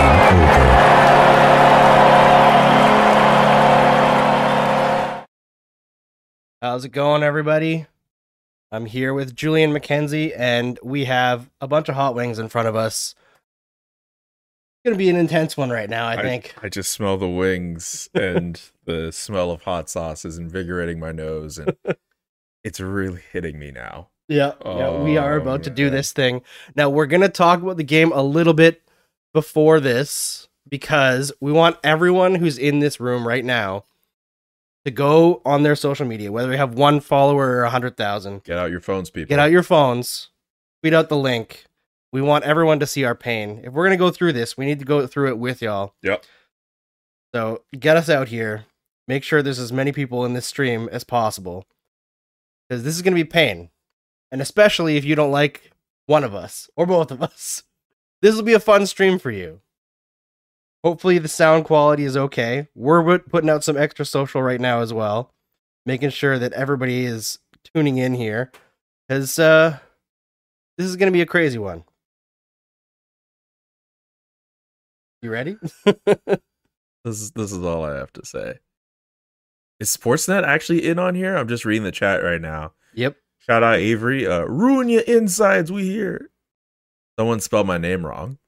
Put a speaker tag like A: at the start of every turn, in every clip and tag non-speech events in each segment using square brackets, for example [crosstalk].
A: Game over.
B: How's it going, everybody? I'm here with Julian McKenzie, and we have a bunch of hot wings in front of us. It's gonna be an intense one right now, I think.
C: I just smell the wings and the smell of hot sauce is invigorating my nose and it's really hitting me now.
B: Yeah, yeah, we are
C: Oh,
B: about to do
C: man.
B: this thing. Now we're gonna talk about the game a little bit before this because we want everyone who's in this room right now to go on their social media, whether we have one follower or a hundred thousand.
C: Get out your phones, people.
B: Get out your phones, tweet out the link. We want everyone to see our pain. If we're gonna go through this, we need to go through it with y'all.
C: Yep.
B: So get us out here. Make sure there's as many people in this stream as possible. Because this is going to be pain. And especially if you don't like one of us or both of us. [laughs] This will be a fun stream for you. Hopefully, the sound quality is okay. We're wi- putting out some extra social right now as well, making sure that everybody is tuning in here. Because uh, this is going to be a crazy one. You [laughs] ready?
C: This is this is all I have to say. Is Sportsnet actually in on here? I'm just reading the chat right now.
B: yep.
C: Shout out Avery. Uh ruin your insides, we here. Someone spelled my name wrong.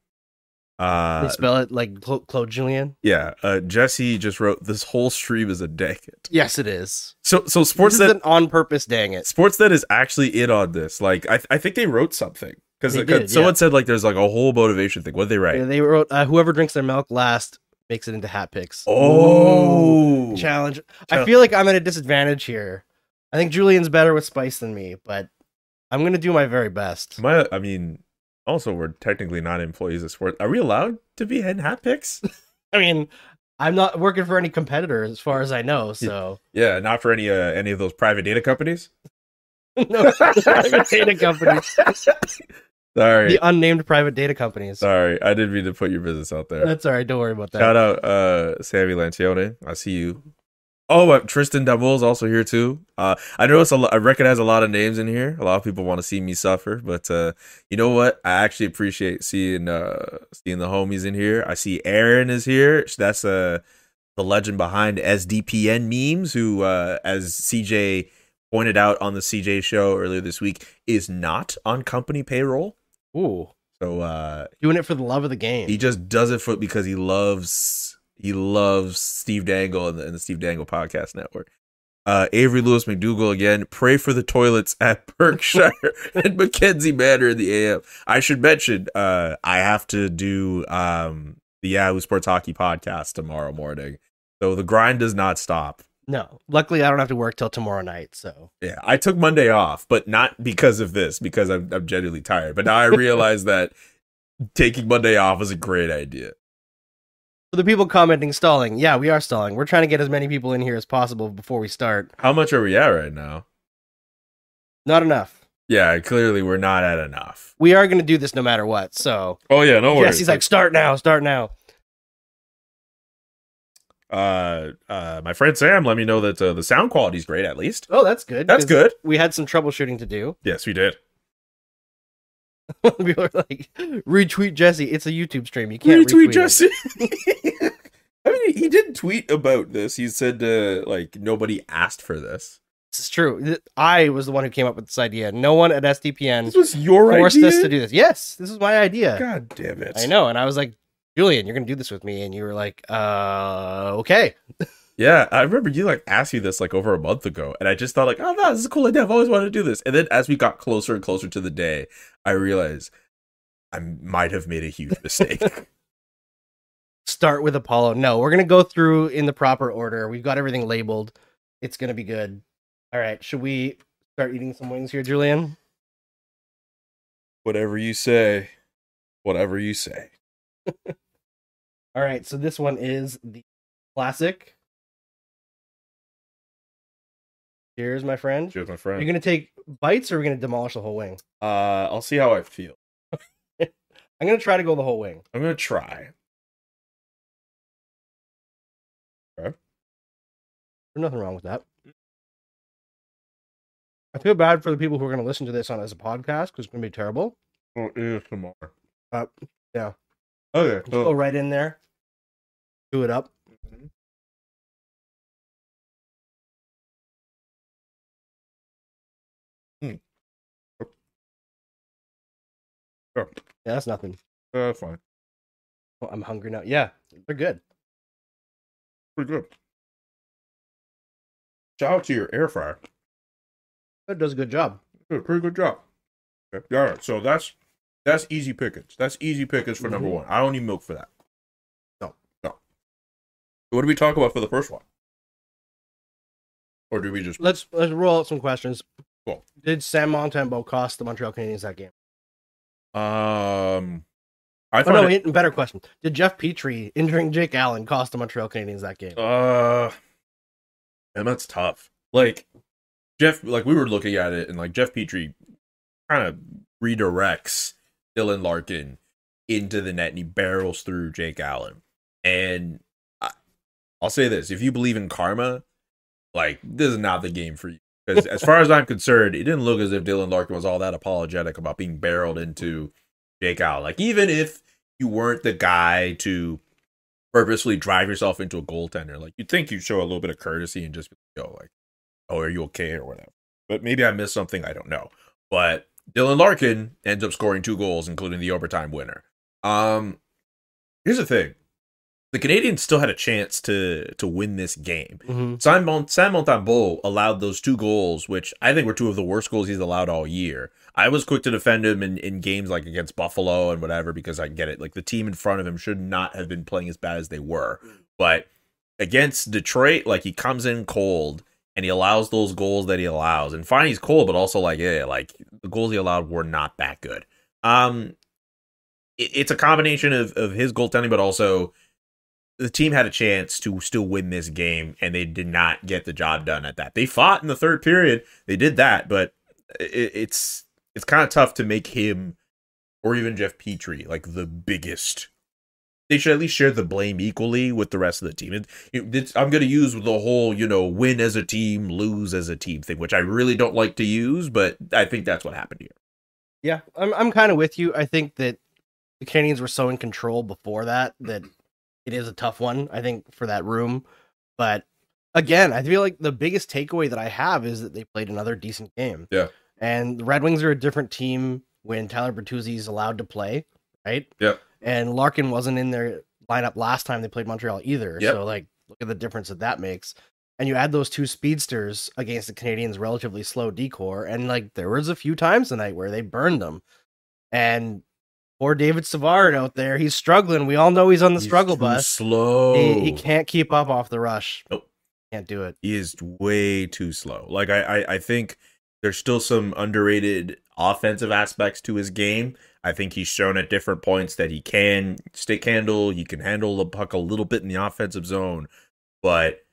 B: They
C: Uh
B: spell it like Clo- Claude Julien.
C: yeah, uh Jesse just wrote this whole stream is a decade.
B: Yes, it is.
C: So so
B: This is
C: Sportsnet
B: an on purpose. Dang it!
C: Sportsnet is actually in on this. Like, I, I think they wrote something because
B: They did,
C: someone
B: yeah.
C: said like there's like a whole motivation thing. What they write?
B: They wrote uh, whoever drinks their milk last makes it into hat picks.
C: Oh,
B: Ooh. challenge! I
C: Challenge.
B: feel like I'm at a disadvantage here. I think Julian's better with spice than me, but I'm gonna do my very best.
C: my. I mean, also we're technically not employees of Sports. Are we allowed to be in hat
B: [laughs]
C: picks?
B: I mean, I'm not working for any competitor as far as I know, so
C: yeah, not for any uh, any of those private data companies.
B: [laughs] no private data companies,
C: Sorry,
B: [laughs] the unnamed private data companies.
C: sorry, I didn't mean to put your business out there.
B: That's all right. Don't worry about that.
C: Shout out uh Sammy Lancione. I see you. Oh, uh, Tristan Dabble is also here too. Uh, I notice a lo- I recognize a lot of names in here. A lot of people want to see me suffer, but uh, you know what? I actually appreciate seeing uh, seeing the homies in here. I see Aaron is here. That's uh, the legend behind SDPN memes, who, uh, as CJ pointed out on the CJ show earlier this week, is not on company payroll.
B: Ooh,
C: So uh,
B: doing it for the love of the game.
C: he just does it for because he loves he loves Steve Dangle and the, and the Steve Dangle Podcast Network. Uh, Avery Lewis McDougal again. Pray for the toilets at [laughs] Berkshire and Mackenzie Manor in the AM. I should mention uh, I have to do um, the Yahoo Sports Hockey podcast tomorrow morning, so the grind does not stop.
B: No, luckily I don't have to work till tomorrow night, so
C: Yeah, I took Monday off, but not because of this, because I'm I'm genuinely tired. But now I realize that taking Monday off was a great idea.
B: For the people commenting stalling, yeah, we are stalling. We're trying to get as many people in here as possible before we start.
C: How much are we at right now?
B: Not enough.
C: Yeah, clearly we're not at enough.
B: We are going to do this no matter what. So
C: Oh yeah, no
B: yes, he's like, start now, start now.
C: uh, uh, my friend Sam, let me know that uh, the sound quality's great. At least
B: Oh, that's good.
C: that's
B: 'cause
C: good.
B: We had some troubleshooting to do. [laughs]
C: Yes, we did.
B: people are like, retweet Jesse. It's a YouTube stream. You can't retweet, it." [laughs]
C: I mean, he did tweet about this. He said uh, like nobody asked for this.
B: This is true. Th- I was the one who came up with this idea. No one at SDPN
C: This was your
B: forced
C: idea.
B: us to do this. Yes, this is my idea.
C: God damn it!
B: I know, and I was like, Julian, you're going to do this with me, and you were like, uh, okay.
C: Yeah, I remember you like asked me this like over a month ago, and I just thought like, oh no, this is a cool idea. I've always wanted to do this. And then as we got closer and closer to the day, I realized I might have made a huge
B: [laughs]
C: mistake.
B: start with Apollo. No, we're gonna go through in the proper order. We've got everything labeled. It's gonna be good. All right, should we start eating some wings here, Julian?
C: whatever you say, whatever you say.
B: All right, so this one is the classic. Cheers, my friend.
C: Cheers, my
B: Are
C: friend.
B: you gonna take bites or are we gonna demolish the whole wing?
C: uh, I'll see how I feel.
B: I'm gonna try to go the whole wing.
C: I'm gonna try.
B: There's nothing wrong with that. I feel bad for the people who are going to listen to this on as a podcast because it's going to be terrible.
C: Oh, ASMR.
B: Uh, yeah.
C: Okay.
B: Just go right in there, do it up. Mm-hmm. Hmm. Yeah, that's nothing.
C: uh, fine.
B: Well, I'm hungry now. Yeah, they're good.
C: Pretty good. Shout out to your air fryer.
B: That does a good job.
C: Yeah, pretty good job. Okay. All right, so that's that's easy pickings. That's easy pickings for number
B: Mhm.
C: one. I don't need milk for that.
B: No.
C: no. What do we talk about for the first one? Or do we just?
B: Let's let's roll out some questions.
C: Cool.
B: Did Sam Montembeau cost the Montreal Canadiens that game?
C: Um, I
B: Oh
C: found
B: no,
C: it,
B: wait, better question. Did Jeff Petrie injuring Jake Allen cost the Montreal Canadiens that game?
C: uh, and that's tough. Like Jeff, like we were looking at it, and like Jeff Petrie kind of redirects Dylan Larkin into the net, and he barrels through Jake Allen. And I, I'll say this: if you believe in karma, like this is not the game for you. Because as far as I'm concerned, it didn't look as if Dylan Larkin was all that apologetic about being barreled into Jake Allen. Like even if you weren't the guy to purposely drive yourself into a goaltender, like you'd think you'd show a little bit of courtesy and just be like, yo, like, oh, are you okay or whatever. But maybe I missed something. I don't know. But Dylan Larkin ends up scoring two goals, including the overtime winner. Um, here's the thing: the Canadians still had a chance to to win this game.
B: Mhm.
C: Sam Mon- Sam Montembeau allowed those two goals, which I think were two of the worst goals he's allowed all year. I was quick to defend him in, in games like against Buffalo and whatever because I get it. Like the team in front of him should not have been playing as bad as they were. But against Detroit, like he comes in cold and he allows those goals that he allows. And fine, he's cold, but also like, yeah, like the goals he allowed were not that good. Um, it, it's a combination of, of his goaltending, but also the team had a chance to still win this game and they did not get the job done at that. They fought in the third period. They did that, but it, it's it's kind of tough to make him or even Jeff Petrie like the biggest. They should at least share the blame equally with the rest of the team. It, it- it's- I'm going to use the whole, you know, win as a team, lose as a team thing, which I really don't like to use, but I think that's what happened here.
B: Yeah, I'm I'm kind of with you. I think that the Canadians were so in control before that that it is a tough one. I think for that room, but again, I feel like the biggest takeaway that I have is that they played another decent game.
C: Yeah.
B: and the Red Wings are a different team when Tyler Bertuzzi is allowed to play, right?
C: Yep.
B: And Larkin wasn't in their lineup last time they played Montreal either.
C: Yep.
B: So like, look at the difference that that makes. And you add those two speedsters against the Canadians' relatively slow decor, and like there was a few times tonight where they burned them. And poor David Savard out there, he's struggling. We all know he's on the
C: He's
B: struggle
C: too
B: bus.
C: Slow.
B: He, he can't keep up off the rush.
C: Oh. Nope.
B: Can't do it.
C: is way too slow. Like I, I, I think there's still some underrated offensive aspects to his game. I think he's shown at different points that he can stick handle, he can handle the puck a little bit in the offensive zone, but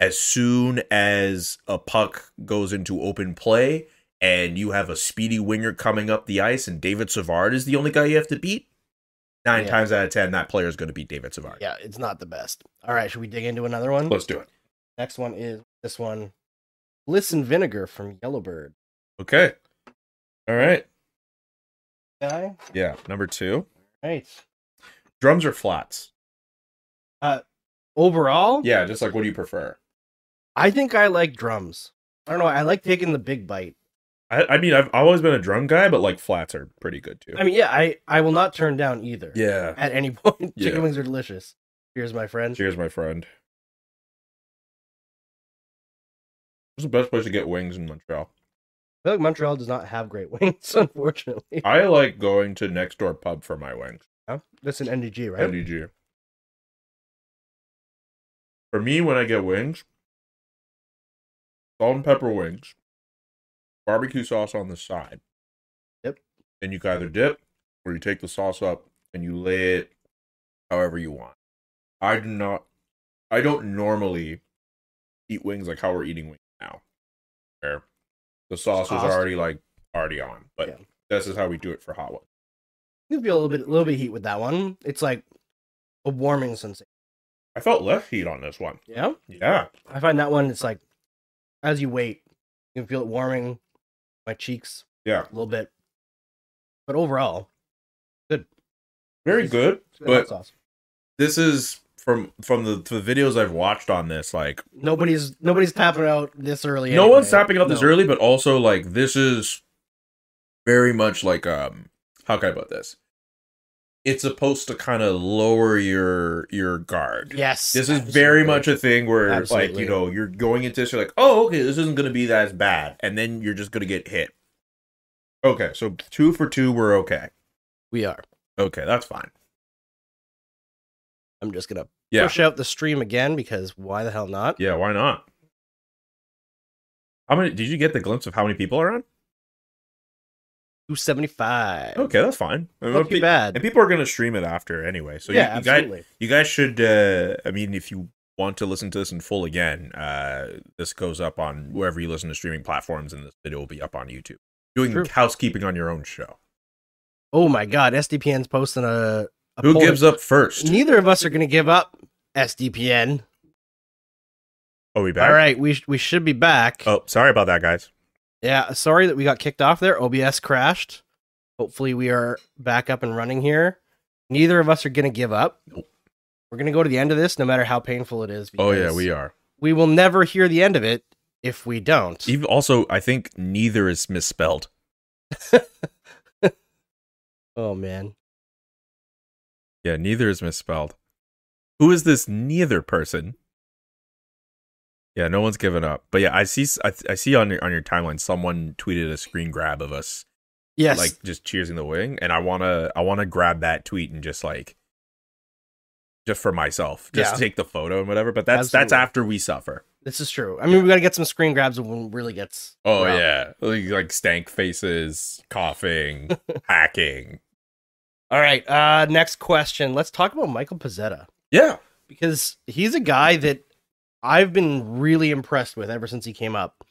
C: as soon as a puck goes into open play and you have a speedy winger coming up the ice and David Savard is the only guy you have to beat, nine
B: Yeah.
C: times out of ten that player is going to beat David Savard.
B: Yeah, it's not the best. All right, should we dig into another one?
C: Let's do it.
B: Next one is this one. Listen Vinegar from Yellowbird.
C: Okay. All right.
B: Guy?
C: Yeah, number 2.
B: Right.
C: drums or flats
B: Overall,
C: yeah just like what do you prefer
B: I think I like drums. I don't know. I like taking the big bite.
C: i, I mean i've always been a drum guy but like flats are pretty good too
B: I mean, yeah, I, I will not turn down either.
C: yeah
B: At any [laughs] point. Chicken
C: Yeah.
B: wings are delicious. Here's my friend.
C: cheers my friend what's the best place to get wings in montreal
B: I feel like Montreal does not have great [laughs] wings, unfortunately.
C: i like going to next door pub for my wings
B: Yeah, That's an NDG, right?
C: LDG. For me, when I get wings, salt and pepper wings, barbecue sauce on the side.
B: Yep.
C: And you can either dip or you take the sauce up and you lay it however you want. I do not, I don't normally eat wings like how we're eating wings now, where the sauce was
B: Sauced.
C: already like already on. But
B: Yeah.
C: this is how we do it for hot ones.
B: You feel a little bit, a little bit of heat with that one. It's like a warming sensation.
C: I felt less heat on this one.
B: Yeah.
C: Yeah.
B: I find that one, it's like, as you wait, you can feel it warming my cheeks
C: Yeah.
B: a little bit. But overall,
C: Very good.
B: it's good
C: But-
B: hot sauce.
C: This is from from the, the videos I've watched on this, like
B: nobody's nobody's tapping out this early.
C: no one's
B: anyway.
C: tapping out this
B: No.
C: early, but also like this is very much like um how can I put this? It's supposed to kind of lower your your guard.
B: Yes,
C: This is very
B: absolutely.
C: much a thing where like
B: Absolutely.
C: you know you're going into this, you're like, oh okay, this isn't gonna be that as bad, and then you're just gonna get hit. Okay, so two for two, we're okay.
B: we are.
C: Okay, that's fine.
B: I'm just gonna
C: Yeah.
B: push out the stream again because why the hell not?
C: Yeah, why not? How many? Did you get the glimpse of how many people are on?
B: Two seventy five.
C: Okay, that's fine.
B: Not too
C: And
B: bad.
C: people are gonna stream it after anyway, so
B: yeah,
C: you, you guys,
B: absolutely.
C: you guys should. Uh, I mean, if you want to listen to this in full again, uh, this goes up on wherever you listen to streaming platforms, and this video will be up on YouTube. Doing
B: True.
C: housekeeping on your own show.
B: Oh my god, SDPN's posting a. a
C: Who
B: poll.
C: gives up first?
B: Neither of us are gonna give up. SDPN.
C: Are we back?
B: All right, we sh- we should be back.
C: Oh, sorry about that, guys.
B: Yeah, sorry that we got kicked off there. OBS crashed. Hopefully, we are back up and running here. Neither of us are going to give up. We're going to go to the end of this, no matter how painful it is.
C: Oh yeah, we are.
B: we will never hear the end of it if we don't.
C: Even also, I think neither is misspelled.
B: Oh man,
C: Yeah, neither is misspelled. Who is this neither person? Yeah, no one's given up. But yeah, I see. I, I see on your on your timeline someone tweeted a screen grab of us,
B: yes,
C: like just cheersing the wing, and I wanna I wanna grab that tweet and just like, just for myself, just
B: Yeah.
C: take the photo and whatever. But that's that's
B: Absolutely.
C: after we suffer.
B: this is true. I mean, we got to get some screen grabs when it really gets.
C: Oh
B: rough.
C: yeah, like, like stank faces,
B: [laughs]
C: coughing, hacking.
B: All right. Uh, next question. Let's talk about Michael Pizzetta.
C: Yeah,
B: because he's a guy that I've been really impressed with ever since he came up.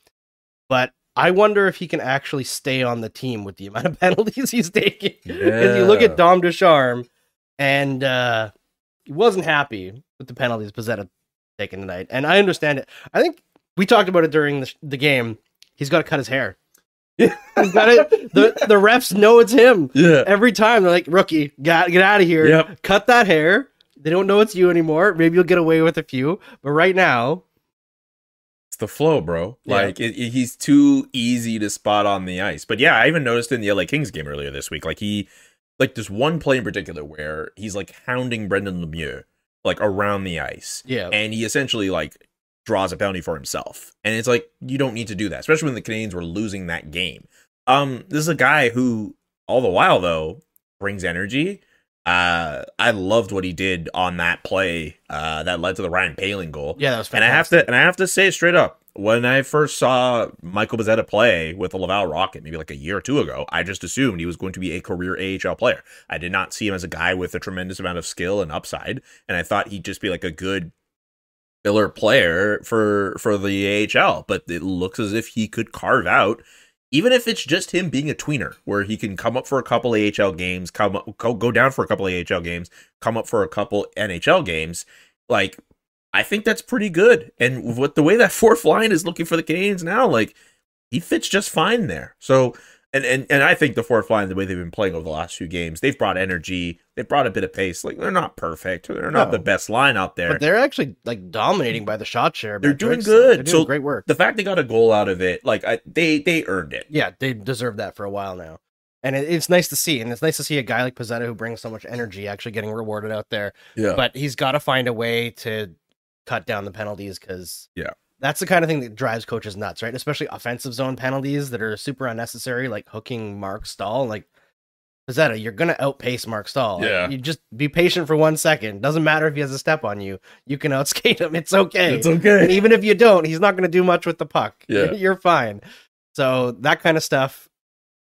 B: But I wonder if he can actually stay on the team with the amount of [laughs] penalties he's taking. Because you look
C: Yeah.
B: at Dom Ducharme, and uh, he wasn't happy with the penalties Pozzetta taken tonight. And I understand it. I think we talked about it during the, sh- the game. He's got to cut his hair.
C: Yeah.
B: He's got it. The, the refs know it's him
C: [laughs] yeah,
B: every time. They're like, rookie, got, get out of here
C: yep.
B: cut that hair. They don't know it's you anymore. Maybe you'll get away with a few, but right now,
C: it's the flow, bro.
B: Yeah.
C: Like it, it- he's too easy to spot on the ice. But yeah, I even noticed in the LA Kings game earlier this week, like he, like this one play in particular where he's like hounding Brendan Lemieux like around the ice,
B: yeah,
C: and he essentially like draws a penalty for himself. And it's like you don't need to do that, especially when the Canadians were losing that game. Um, this is a guy who all the while though brings energy. Uh, I loved what he did on that play uh, that led to the Ryan Paling goal.
B: yeah, that was
C: And
B: fantastic.
C: I have to and I have to say straight up, when I first saw Michael Bazzetta play with the Laval Rocket maybe like a year or two ago, I just assumed he was going to be a career AHL player. I did not see him as a guy with a tremendous amount of skill and upside, and I thought he'd just be like a good filler player for for the AHL, but it looks as if he could carve out even if it's just him being a tweener where he can come up for a couple AHL games, come up, go, go down for a couple AHL games, come up for a couple NHL games, like I think that's pretty good. And with the way that [laughs] fourth line is looking for the Canadians now, like he fits just fine there. So and and and I think the fourth line, the way they've been playing over the last few games, they've brought energy, they've brought a bit of pace. Like they're not perfect, they're not
B: No.
C: the best line out there.
B: but they're actually like dominating by the shot share.
C: They're doing
B: metrics.
C: good.
B: They're doing
C: So-
B: great work.
C: the fact they got a goal out of it, like I, they they earned it.
B: yeah, they deserve that for a while now, and it, it's nice to see. And it's nice to see a guy like Pozzetta who brings so much energy actually getting rewarded out there.
C: Yeah,
B: But he's got to find a way to cut down the penalties because
C: Yeah.
B: That's the kind of thing that drives coaches nuts, right? Especially offensive zone penalties that are super unnecessary, like hooking Mark Stahl. Like Pizzetta, you're gonna outpace Mark Stahl. Like,
C: Yeah.
B: you just be patient for one second. Doesn't matter if he has a step on you. You can outskate him. It's okay. and
C: okay.
B: even if you don't, he's not gonna do much with the puck. [laughs]
C: Yeah.
B: you're fine. So that kind of stuff.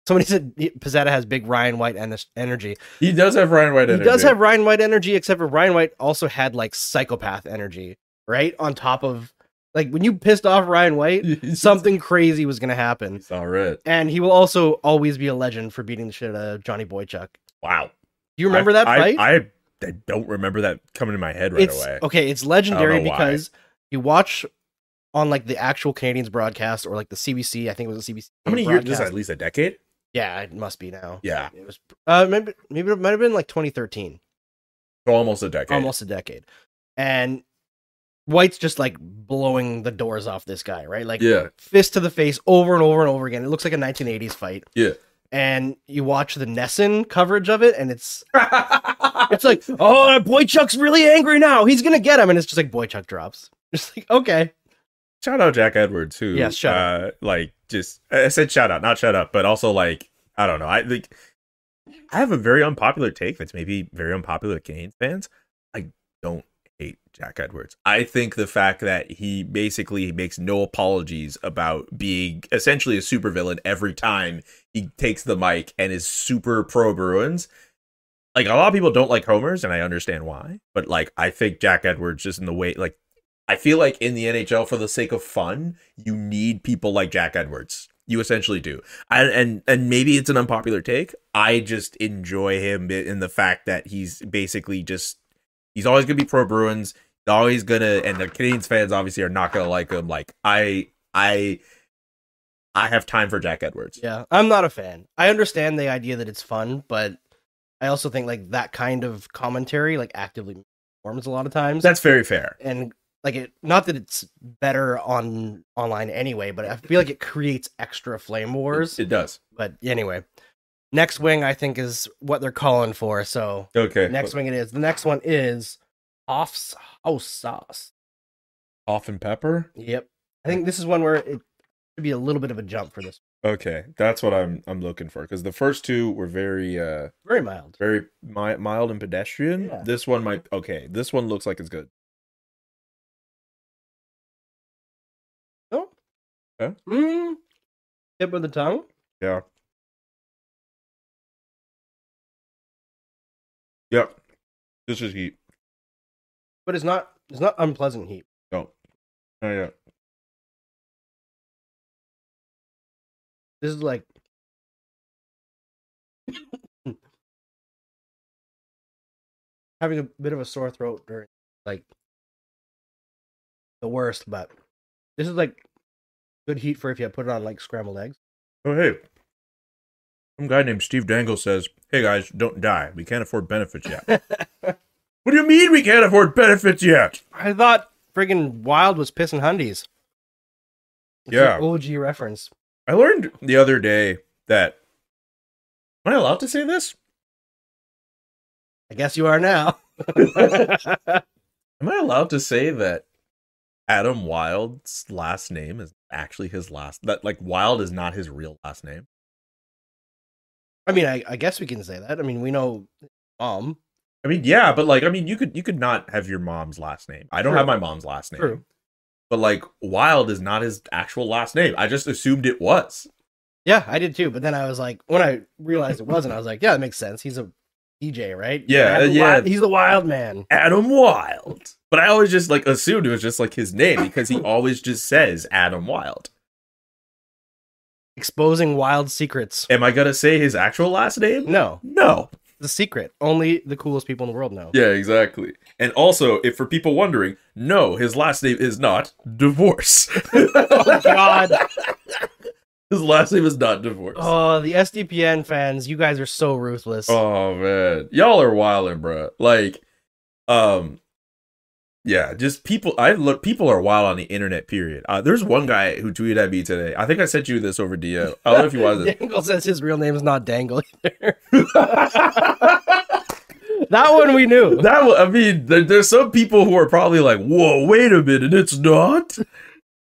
B: Somebody said Pizzetta has big Ryan White en- energy.
C: He does have Ryan White.
B: He
C: [laughs]
B: does have Ryan White energy, except for Ryan White also had like psychopath energy, right? On top of like when you pissed off Ryan
A: [laughs]
B: White, something crazy was gonna happen.
C: He's all right.
B: And he will also always be a legend for beating the shit out of Johnny Boychuk.
C: Wow.
B: Do you remember that
C: I,
B: fight?
C: I, I
A: I don't remember that coming to my head right
B: it's
A: away.
B: okay. It's legendary
A: why.
B: because you watch on like the actual Canadians broadcast or like the CBC. I think it was the CBC.
A: How many years? This is
B: broadcast.
A: at least a decade.
B: Yeah, it must be now.
A: Yeah,
B: It was uh maybe maybe it might have been like 2013,
A: so almost a decade.
B: almost a decade, and White's just like blowing the doors off this guy, right? Like
C: yeah,
B: fist to the face over and over and over again. It looks like a 1980s fight.
C: Yeah.
B: And you watch the Nesson coverage of it,
C: [laughs]
B: and it's
A: it's
B: [laughs] it's like, oh, Boychuk's really angry now. He's gonna get him, and it's just like Boychuk drops. [laughs] Just like okay,
A: shout out Jack Edwards who
B: Yeah, shout
A: uh, like just I said shout out, not shut up, but also like I don't know. I think I have a very unpopular take that's maybe very unpopular to Canadian fans. I don't hate Jack Edwards. I think the fact that he basically makes no apologies about being essentially a supervillain every time he takes the mic and is super pro Bruins. Like a lot of people don't like homers, and I understand why. But like, I think Jack Edwards just in the way, like, I feel like in the NHL, for the sake of fun, you need people like Jack Edwards. You essentially do. And and and maybe it's an unpopular take. I just enjoy him in the fact that he's basically just he's always gonna be pro Bruins. He's always gonna and the Canadians fans obviously are not gonna like him. Like I I I have time for Jack Edwards.
B: yeah, I'm not a fan. I understand the idea that it's fun, but I also think like that kind of commentary like actively performs a lot of times.
A: That's very fair.
B: and like it not that it's better on online anyway but i feel like it creates extra flame wars
A: It, it does.
B: but anyway next wing i think is what they're calling for so
C: okay.
B: next wing it is the next one is off's house sauce
C: off and pepper.
B: yep i think this is one where it should be a little bit of a jump for this
C: Okay, that's what I'm I'm looking for because the first two were very uh
B: very mild
C: very mi- mild and pedestrian.
B: Yeah.
C: This one might okay. This one looks like it's good.
B: no
C: Huh?
B: mm. tip of the tongue
C: Yeah. Yep. This is heat.
B: but it's not it's not unpleasant heat
C: No. Oh yeah.
B: this is like having a bit of a sore throat during like the worst but this is like good heat for if you put it on like scrambled eggs
C: Oh hey. Some guy named Steve Dangle says, "Hey guys, don't die. We can't afford benefits yet." what do you mean we can't afford benefits yet?
B: i thought friggin wild was pissing hundies It's
C: Yeah.
B: an og reference
C: I learned the other day that. Am I allowed to say this?
B: i guess you are now [laughs]
C: Am I allowed to say that Adam Wild's last name is actually his last? That like Wild is not his real last name.
B: i mean I, I guess we can say that i mean we know um, mom
C: I mean, yeah, but like, I mean, you could you could not have your mom's last name. I don't
B: True.
C: have my mom's last name,
B: True.
C: but like Wild is not his actual last name. I just assumed it was.
B: yeah i did too but then i was like when i realized it wasn't i was like yeah that makes sense he's a dj right
C: Yeah,
B: He's a
C: yeah.
B: wild- he's the wild man
C: Adam Wild. But I always just like assumed it was just like his name because
B: [laughs]
C: he always just says Adam Wild.
B: exposing wild secrets.
C: Am I gonna say his actual last name?
B: No,
C: No.
B: the secret. Only the coolest people in the world know.
C: Yeah, exactly. And also, if for people wondering, no, his last name is not divorce. [laughs]
B: Oh, God.
C: his last name is not divorce. Oh,
B: Oh, the SDPN fans, you guys are so ruthless. [laughs]
C: Oh, man, y'all are wilding, bruh. Like, um, yeah, just people. I look, people are wild on the internet. Period. Uh, there's one guy who tweeted at me today. I think I sent you this over DM. I don't know if you watched it.
B: Dangle says his real name is not Dangle either. [laughs] that one we knew.
C: [laughs] That wa- I mean, there, there's some people who are probably like, "Whoa, wait a minute, it's not."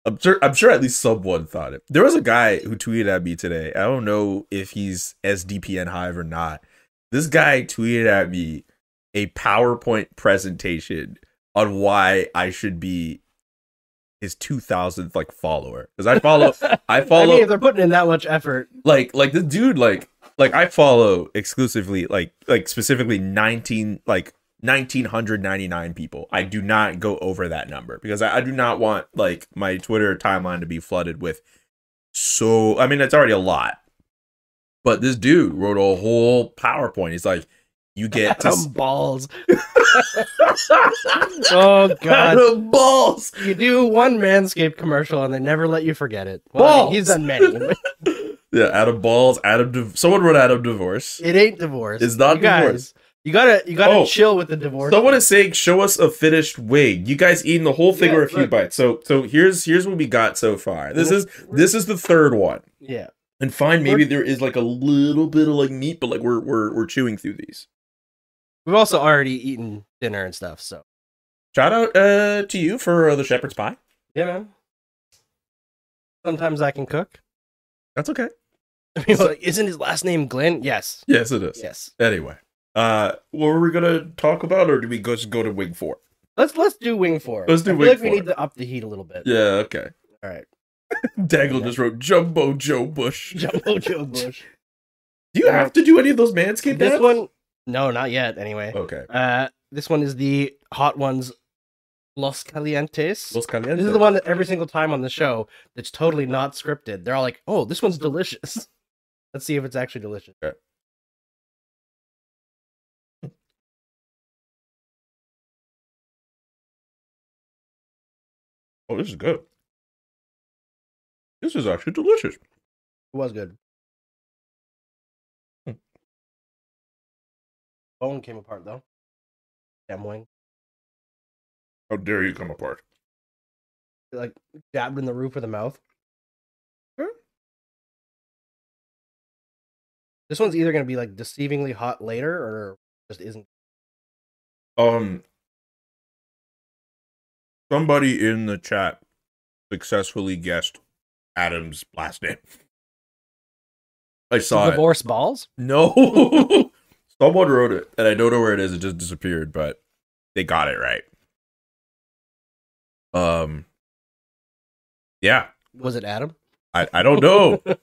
C: I'm sure. I'm sure at least someone thought it. There was a guy who tweeted at me today. I don't know if he's SDPN Hive or not. This guy tweeted at me a PowerPoint presentation on why I should be his 2000th like follower because I
B: [laughs]
C: follow. I
B: I
C: follow
B: mean, if they're putting in that much effort,
C: like like the dude like like I follow exclusively like like specifically 19 like 1999 people. I do not go over that number because I, I do not want like my Twitter timeline to be flooded with so I mean it's already a lot. But this dude wrote a whole PowerPoint. He's like You get to [laughs]
B: Some balls. Oh
C: [laughs]
B: god.
D: balls.
B: You do one manscaped commercial and they never let you forget it. Well, I mean,
D: Balls.
B: he's done many.
D: Yeah, Adam balls. Adam. Div- Someone wrote Adam divorce.
B: It ain't divorce.
D: It's not
B: You guys,
D: divorce.
B: you gotta you gotta
D: Oh.
B: chill with the divorce.
D: Someone is saying, "Show us a finished wig." You guys eating the whole thing
B: Yeah,
D: or a few
B: look.
D: bites? So, so here's here's what we got so far. This is this is the third one.
B: yeah.
D: And fine, maybe there is like a little bit of like meat, but like we're we're we're chewing through these.
B: We've also already eaten dinner and stuff, so
C: shout out uh, to you for uh, the shepherd's pie.
B: yeah, man. Sometimes I can cook. [laughs]
D: That's okay.
B: I mean, like, isn't his last name Glenn? Yes.
D: Yes, it is.
B: Yes.
D: Anyway, uh, what were we gonna talk about, or do we go just go to Wig Four?
B: Let's let's do wing four.
D: Let's do
B: I feel
D: wing
B: like we
D: four.
B: need to up the heat a little bit.
D: Yeah. Okay.
B: All right.
D: [laughs] Dangle just wrote Jumbo Joe Bush.
B: [laughs] Jumbo
D: [laughs]
B: Joe Bush.
D: Do you have to do any of those manscaped?
B: this
D: ads?
B: one no, not yet anyway.
D: Okay.
B: Uh this one is the hot ones Los Calientes.
D: Los Calientes.
B: This is the one that every single time on the show that's totally not scripted. They're all like, "Oh, this one's delicious." [laughs] Let's see if it's actually delicious.
D: Okay.
C: Oh, this is good. This is actually delicious.
B: It was good. Hmm. Bone came apart though. Damn wing.
C: How dare you come apart?
B: It, like jabbed in the roof of the mouth. Hmm.
D: Sure.
B: This one's either gonna be like deceivingly hot later or just isn't.
C: Um, somebody in the chat successfully guessed Adam's last name.
D: I saw it.
B: Divorce balls?
D: No.
C: [laughs]
D: Someone wrote it, and I don't know where it is. It just disappeared, but
C: They got it right. Um, yeah,
B: Was it Adam?
C: I, I don't
D: Oh.
C: know.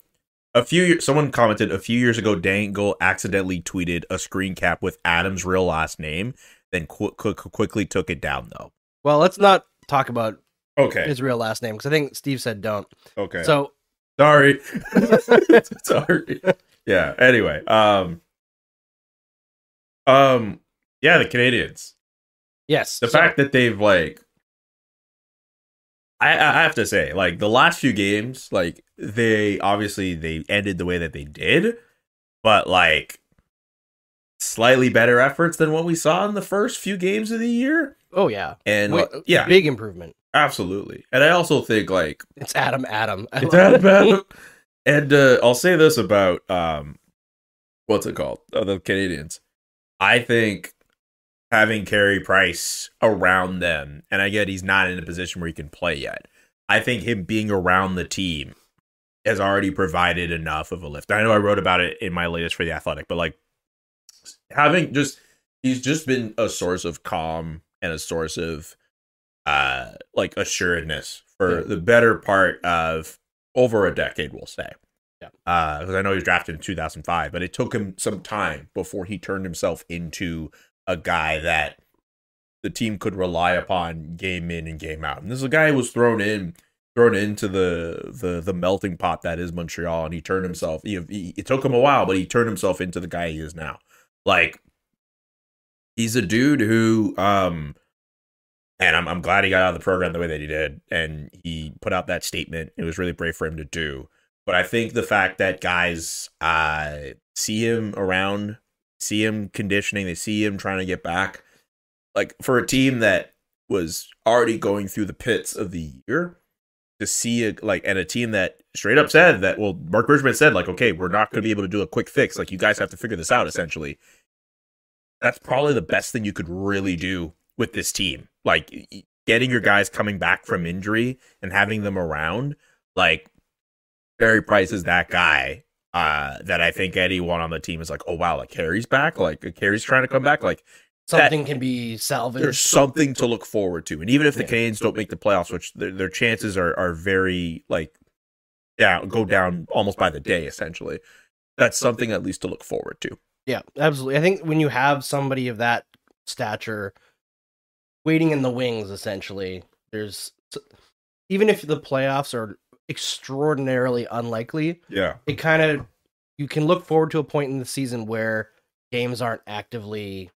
C: a few years, someone commented a few years ago. Dangle accidentally tweeted a screen cap with Adam's real last name, then qu- qu- quickly took it down though.
B: [laughs] Well, let's not talk about
D: okay,
B: his real last name because I think Steve said don't.
D: okay.
B: So
D: Sorry. Sorry. Yeah. Anyway, um, um, yeah, the Canadians.
B: yes,
D: The
B: so
D: fact that they've like,
C: I, I have to say, like the last few games, like they obviously they ended the way that they did, but like slightly better efforts than what we saw in the first few games of the year.
B: oh yeah,
C: And
B: Wait,
C: like, yeah,
B: big improvement.
D: absolutely, and I also think like
B: It's Adam. Adam. I
D: It's
B: love [laughs]
D: that
B: it.
D: bad. And uh, I'll say this about um, what's it called?
C: Oh,
D: Uh, the Canadians. I think
C: having Carey Price around them, and I get he's not in a position where he can play yet. I think him being around the team has already provided enough of a lift. I know I wrote about it in my latest for the Athletic, but like
D: having just he's just been a source of calm
C: and a source of uh like assuredness for
D: Yeah.
C: the better part of over a decade, we'll say.
B: Yeah.
C: Because I know he was drafted in 2005, but it took him some time before he turned himself into a guy that the team could rely upon game in and game out. And this is a guy who was thrown in, thrown into the the the melting pot that is Montreal, and he turned himself. You know, he, it took him a while, but he turned himself into the guy he is now. Like he's a dude who um and I'm, I'm glad he got out of the program the way that he did and he put out that statement it was really brave for him to do but i think the fact that guys uh see him around see him conditioning they see him trying to get back like for a team that was already going through the pits of the year to see a, like and a team that straight up said that well mark bridgman said like okay we're not going to be able to do a quick fix like you guys have to figure this out essentially that's probably the best thing you could really do with this team. Like y- y- getting your guys coming back from injury and having them around. Like Barry Price is that guy uh, that I think anyone on the team is like, oh wow, like Carey's back. Like Carey's trying to come back. Like
B: Something can be salvaged.
C: there's something to look forward to. And even if the
B: Yeah.
C: Canadians don't make the playoffs, which their, their chances are are very like down, go down almost by the day essentially. That's something at least to look forward to.
B: Yeah, absolutely. I think when you have somebody of that stature waiting in the wings, essentially, there's even if the playoffs are extraordinarily unlikely,
C: Yeah.
B: it kind of you can look forward to a point in the season where games aren't actively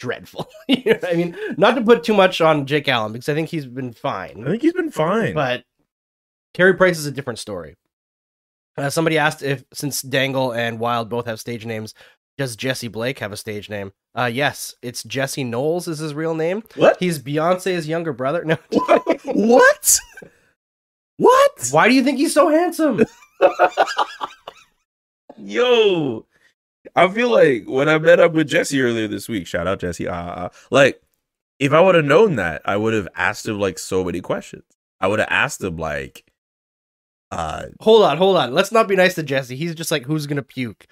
B: dreadful. [laughs] you know what I mean? Not to put too much on Jake Allen because I think he's been fine.
A: I think he's been fine.
B: But Carey Price is a different story. Uh, somebody asked if, since Dangle and Wild both have stage names, does Jesse Blake have a stage name? Uh, yes, it's Jesse Knowles is his real name.
A: what?
B: He's Beyonce's younger brother. No,
C: [laughs]
A: what? What?
B: why do you think he's so handsome?
C: Yo, I feel like when I met up with Jesse earlier this week, shout out Jesse. Uh, uh, like, if I would have known that, I would have asked him like so many questions. I would have asked him like, uh,
B: Hold on, hold on. Let's not be nice to Jesse. He's just like, who's gonna puke?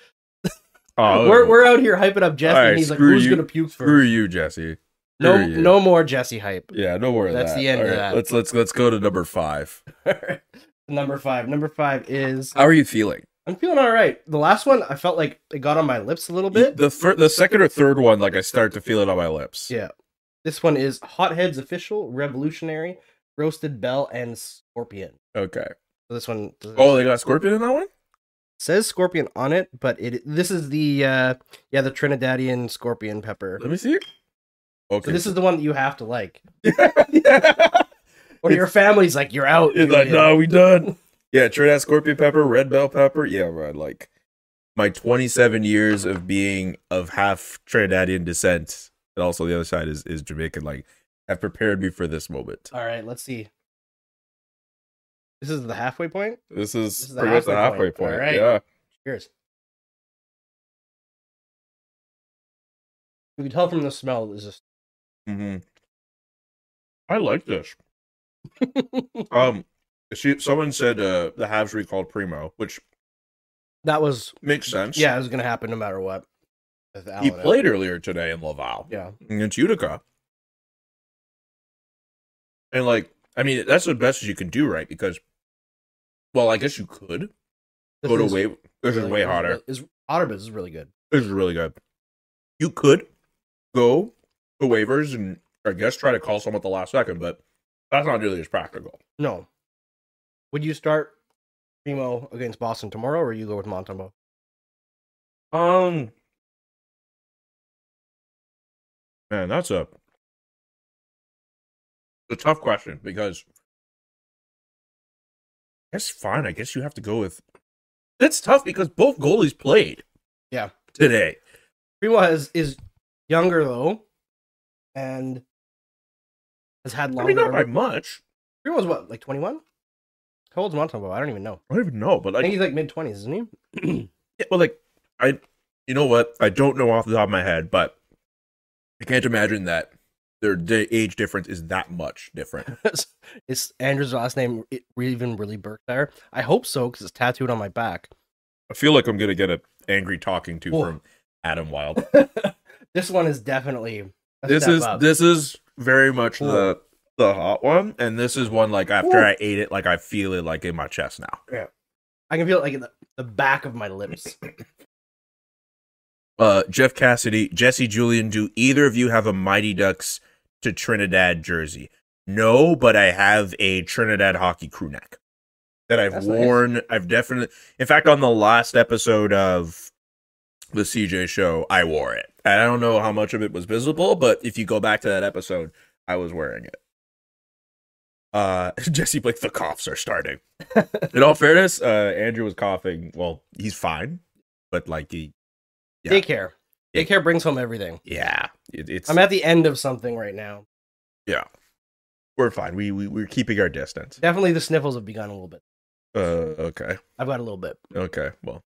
C: oh,
B: we're we're out here hyping up Jesse,
C: All right,
B: and he's like,
C: screw
B: who's
C: you.
B: gonna puke
C: screw
B: first?
C: you, Jesse.
B: No,
C: Screw you.
B: no more Jesse hype.
C: Yeah, no more of
B: That's
C: that.
B: the end
C: All
B: of
C: right,
B: that.
C: Let's let's let's go to number five.
B: Number five. Number five is
C: How are you feeling?
B: I'm feeling all right. The last one, I felt like it got on my lips a little bit.
C: The fir- the second or third one, like I start to feel it on my lips.
B: Yeah. This one is Hotheads Official, Revolutionary, Roasted Bell, and Scorpion.
C: Okay.
B: So this one
C: Oh, they got scorpion in that one.
B: says Scorpion on it, but it this is the uh yeah the Trinidadian Scorpion pepper.
C: Let me see it. Okay.
B: So this is the one that you have to like,
C: [laughs] yeah.
B: or your family's like you're out.
C: It's
B: you're
C: like,
B: in."
C: nah, we done. Yeah, Trinidad scorpion pepper, red bell pepper. Yeah, man. Like my 27 years of being of half Trinidadian descent, and also the other side is is Jamaican. Like, have prepared me for this moment.
B: All right, let's see. This is the halfway point.
C: This is,
B: This is the
C: pretty much the halfway
B: halfway point.
C: point.
B: All right.
C: Yeah.
B: Cheers. You can tell from the smell. This is [laughs]
C: Mm-hmm. I like this. um, she someone said uh the halves recalled Primo, which
B: that was
C: makes sense.
B: yeah, it was gonna happen no matter what. With
C: he
B: Allen out.
C: played earlier today in Laval.
B: Yeah,
C: against Utica. And like, I mean, that's the best you can do, right? Because, well, I guess you could go to
B: is
C: way. This is
B: really-
C: way hotter.
B: Is hotter, but this is really good.
C: This is really good. You could go to waivers and I guess try to call someone at the last second, but that's not really as practical.
B: No. Would you start Primo against Boston tomorrow, or you go with Montembeau?
C: Um, man, that's a a tough question because that's fine. I guess you have to go with. That's tough because both goalies played.
B: Yeah.
C: today.
B: Primo has is younger though, and has had
C: I
B: longer.
C: mean, not by much.
B: Primo's what, like twenty one? How old's Montembeau? I don't even know.
C: I don't even know, but
B: I think
C: like,
B: he's like mid twenties, isn't he? [clears throat]
C: yeah, well, like, I, you know what? I don't know off the top of my head, but I can't imagine that their di- age difference is that much different.
B: Is Andrew's last name it, even really Berkshire? I hope so because it's tattooed on my back. [laughs]
C: I feel like I'm gonna get a angry talking to
B: Whoa.
C: from Adam Wild.
B: [laughs] This one is definitely a
C: this
B: step
C: is
B: up.
C: this is very much
B: Cool.
C: the the hot one and this is one like after
B: Cool.
C: i ate it like i feel it like in my chest now
B: I can feel it like in the, the back of my lips.
C: uh jeff cassidy jesse julian do either of you have a mighty ducks to trinidad jersey no but i have a trinidad hockey crew neck that i've
B: That's nice.
C: worn i've definitely in fact on the last episode of the cj show i wore it and i don't know how much of it was visible but if you go back to that episode i was wearing it uh [laughs] jesse blake the coughs are
B: [laughs]
C: starting in all fairness uh andrew was coughing well he's fine but like he [clears throat] Yeah.
B: Daycare.
C: Yeah.
B: Daycare brings home everything.
C: yeah it, it's
B: I'm at the end of something right now.
C: we're fine. We, we we're keeping our distance.
B: Definitely the sniffles have begun a little bit.
C: Uh, okay,
B: I've got a little bit.
C: okay. Well,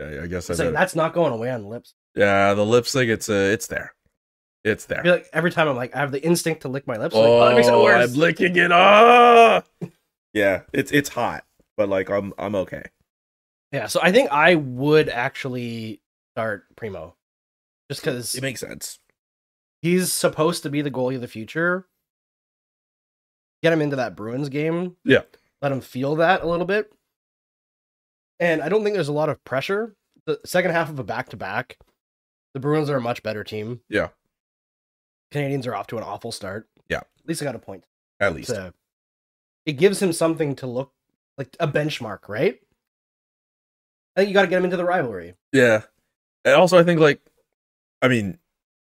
C: yeah, I guess I
B: It's like,
C: did.
B: that's not going away on the lips.
C: Yeah, the lip sync. It's uh, it's there, it's
B: I
C: there.
B: feel like every time I'm like, I have the instinct to lick my lips. I'm
C: oh,
B: like, that makes it worse.
C: I'm licking it. Ah, yeah. It's it's hot, but like I'm I'm okay.
B: yeah, so I think I would actually start Primo. Just because
C: It makes sense.
B: he's supposed to be the goalie of the future. Get him into that Bruins game.
C: Yeah.
B: Let him feel that a little bit. And I don't think there's a lot of pressure. The second half of a back to back, the Bruins are a much better team.
C: Yeah.
B: Canadians are off to an awful start.
C: Yeah.
B: At least I got a point.
C: At least
B: So it gives him something to look like a benchmark, right? I think you got to get him into the rivalry.
C: yeah.
E: And also, I think like
C: I mean,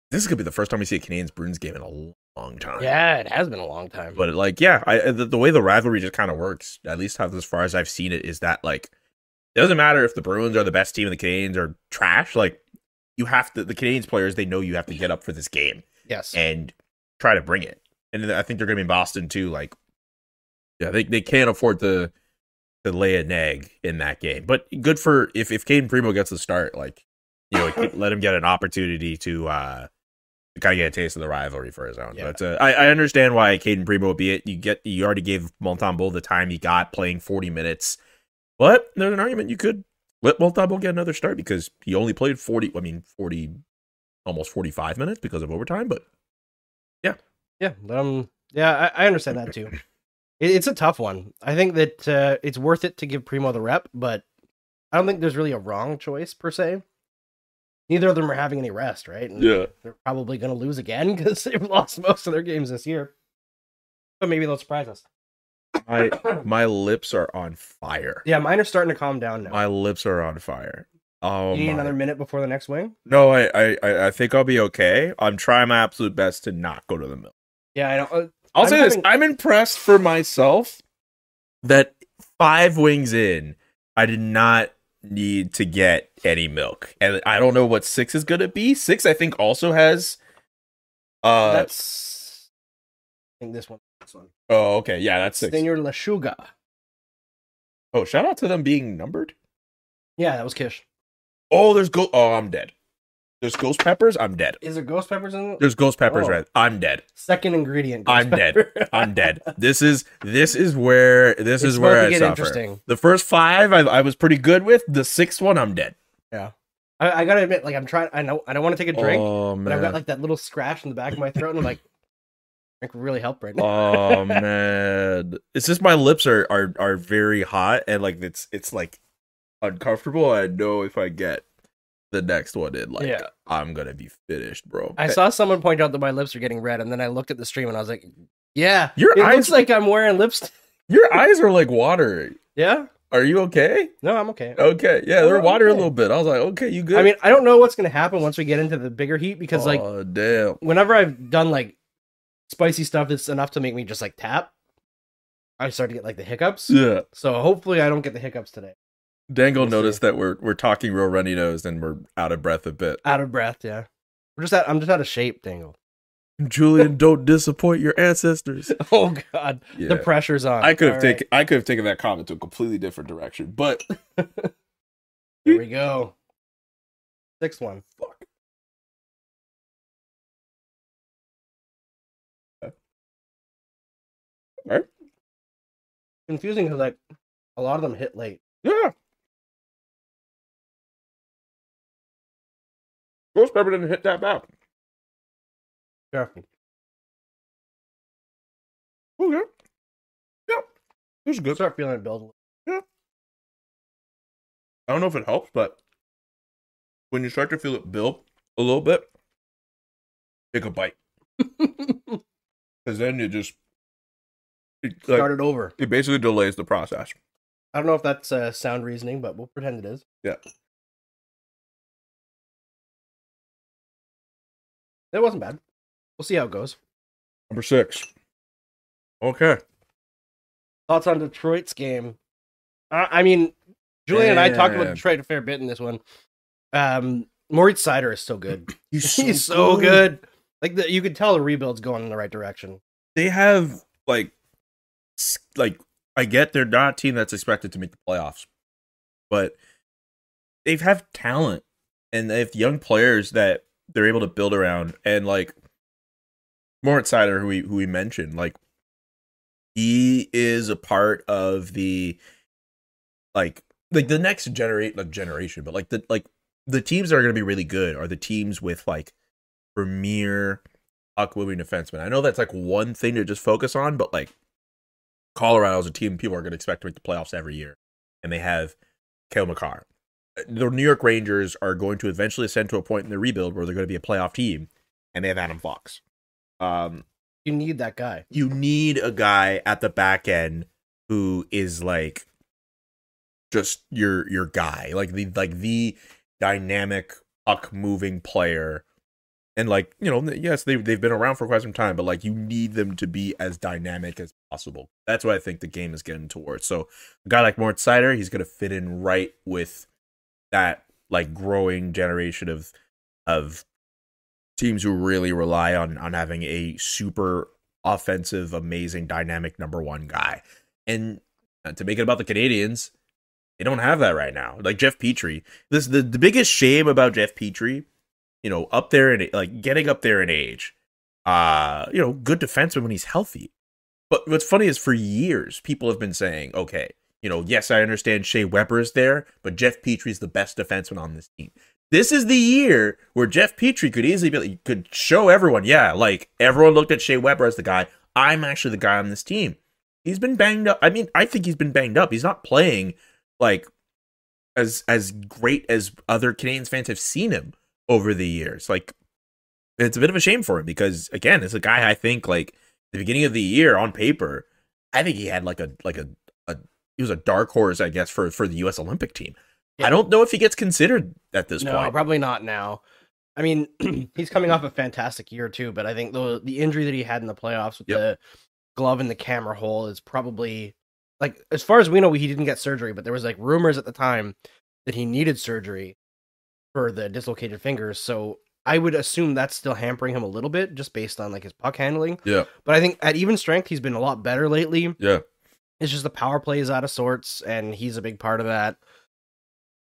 C: this could be the first time we see a Canadians Bruins game in a long time.
B: Yeah, it has been a long time.
C: But like, yeah, I the, the way the rivalry just kind of works, at least how as far as I've seen it, is that like it doesn't matter if the Bruins are the best team and the Canadians are trash. Like you have to the Canadians players, they know you have to get up for this game
B: yes,
C: and try to bring it. And then I think they're gonna be in Boston too. Like
E: yeah, they they can't afford to
C: to lay an egg in that game. But good for if if Caden Primo gets the start, like you
B: [laughs]
C: know, keep- let him get an opportunity to uh to kind of get a taste of the rivalry for his own.
B: Yeah.
C: But uh, I, I understand why Caden Primo would be it. You get you already gave Montembeau the time he got playing forty minutes, but there's an argument you could let Montembeau get another start because he only played forty. I mean forty, almost forty five minutes because of overtime. But
B: yeah, let 'em- Yeah, I, I understand that too. It, it's a tough one. I think that uh, it's worth it to give Primo the rep, but I don't think there's really a wrong choice per se. Neither of them are having any rest, right? And they're probably going to lose again [laughs] because they've lost most of their games this year. But maybe they'll surprise us.
C: my my lips are on fire.
B: [clears throat] Yeah, mine are starting to calm down now.
C: My lips are on fire. Oh,
B: you need
C: my
B: another minute before the next wing?
C: No, I, I- I, I think I'll be okay. I'm trying my absolute best to not go to the mill.
B: Yeah, I don't. Uh,
C: I'll
B: I'm
C: say this:
B: having-
C: I'm impressed for myself that five wings in, I did not need to get any milk, and I don't know what six is gonna be. Six, I think, also has. Uh
B: that's. I think this one. This one.
C: oh, okay, yeah, that's six.
B: Senor Lashuga.
C: Oh, shout out to them being numbered.
B: Yeah, that was Kish.
C: Oh, there's go. Oh, I'm dead. There's ghost peppers. I'm dead.
B: Is there ghost peppers in it?
C: There's ghost peppers.
B: Oh.
C: Right, I'm dead.
B: Second ingredient.
C: I'm
B: ghost
C: [laughs] dead.
B: pepper.
C: I'm dead. This is this is where this
B: It's
C: is where
B: about to
C: I
B: get
C: suffer.
B: interesting.
C: The first five I, I was pretty good with. The sixth one I'm dead.
B: I, I gotta admit, like I'm trying. I know I don't want to take a drink,
E: Oh
B: but I've got
E: man,
B: like that little scratch in the back of my throat, and I'm like, [laughs] drink would really help [laughs] right now.
E: oh man.
C: It's just my lips are are are very hot and like it's it's like uncomfortable. I know if I get the next one in, like
B: Yeah.
C: I'm gonna be finished, bro.
B: I saw someone point out that my lips are getting red, and then I looked at the stream and I was like, yeah,
C: Your
B: it looks
C: eyes-
B: like I'm wearing lipstick.
C: Your eyes are like watering.
B: [laughs] Yeah,
C: Are you okay?
B: no, I'm okay.
C: Okay, yeah, they're
B: Oh,
C: watering a
B: okay.
C: little bit. I was like, okay, you good?
B: I mean, I don't know what's gonna happen once we get into the bigger heat because like
C: oh damn.
B: whenever I've done like spicy stuff that's enough to make me just like tap, I start to get like the hiccups.
C: Yeah.
B: So hopefully I don't get the hiccups today.
E: Dangle
B: We'll see.
E: noticed that we're we're talking real runny nosed and we're out of breath a bit.
B: Out of breath, yeah. We're just out, I'm just out of shape, Dangle. [laughs]
E: Julian, don't disappoint your ancestors.
B: Oh god,
E: [laughs] Yeah.
B: the pressure's on.
E: I could have
B: All right,
E: taken I could have taken that comment to a completely different direction, but
B: [laughs] Here we go. Sixth one.
E: fuck. Uh,
B: Confusing because like a lot of them hit late.
E: [laughs] Yeah. Ghost Pepper didn't hit that bad.
B: Careful.
E: Okay. Yeah. It was good.
B: Start feeling it build. a
E: [laughs]
B: little.
E: I don't know if it helps, but when you start to feel it build a little bit, take a bite. Because then you just it, like,
B: Start it over.
E: it basically delays the process.
B: I don't know if that's uh, sound reasoning, but we'll pretend it is.
E: Yeah.
B: That wasn't bad. We'll see how it goes.
E: Number six. Okay.
B: Thoughts on Detroit's game? I, I mean, Julian and I talked about
E: Damn.
B: Detroit a fair bit in this one. Um, Moritz Sider is so good. [laughs]
E: He's
B: He's so good. Like the, you could tell the rebuild's going in the right direction.
E: They have like s- like I get they're not a team that's expected to make the playoffs, but
C: they have talent and they have young players that they're able to build around and like Moritz Sider who we who we mentioned like he is a part of the like like the next generate like generation but like the like the teams that are going to be really good are the teams with like premier puck moving defensemen. I know that's like one thing to just focus on but like Colorado's a team people are going to expect to make the playoffs every year and they have Kale McCarr the New York Rangers are going to eventually ascend to a point in the rebuild where they're going to be a playoff team, and they have Adam Fox. Um,
B: You need that guy.
C: you need a guy at the back end who is like just your your guy, like the like the dynamic puck moving player. And like, you know, yes, they they've been around for quite some time, but like you need them to be as dynamic as possible. That's what I think the game is getting towards. So a guy like Mort Sider, he's gonna fit in right with that like growing generation of of teams who really rely on on having a super offensive, amazing, dynamic number one guy. And uh, to make it about the Canadians, they don't have that right now. Like Jeff Petrie, this the, the biggest shame about Jeff Petrie, you know, up there in like getting up there in age. Uh, you know, good defenseman when he's healthy. But what's funny is for years people have been saying, okay, you know, yes, I understand Shea Weber's there, but Jeff Petrie's the best defenseman on this team. This is the year where Jeff Petrie could easily be could show everyone, yeah, like everyone looked at Shea Weber as the guy. I'm actually the guy on this team. He's been banged up. I mean, I think he's been banged up. He's not playing like as as great as other Canadians fans have seen him over the years. Like it's a bit of a shame for him because again, it's a guy I think like the beginning of the year on paper, I think he had like a like a, a he was a dark horse, I guess, for for the US Olympic team.
B: Yeah.
C: I don't know if he gets considered at this
B: No,
C: point.
B: probably not now. I mean, [clears throat] he's coming off a fantastic year too, but I think the the injury that he had in the playoffs with
C: Yep.
B: the glove and the camera hole is probably like as far as we know, he didn't get surgery, but there was like rumors at the time that he needed surgery for the dislocated fingers. So I would assume that's still hampering him a little bit, just based on like his puck handling.
A: Yeah.
B: But I think at even strength, he's been a lot better lately.
A: Yeah.
B: It's just the power play is out of sorts, and he's a big part of that.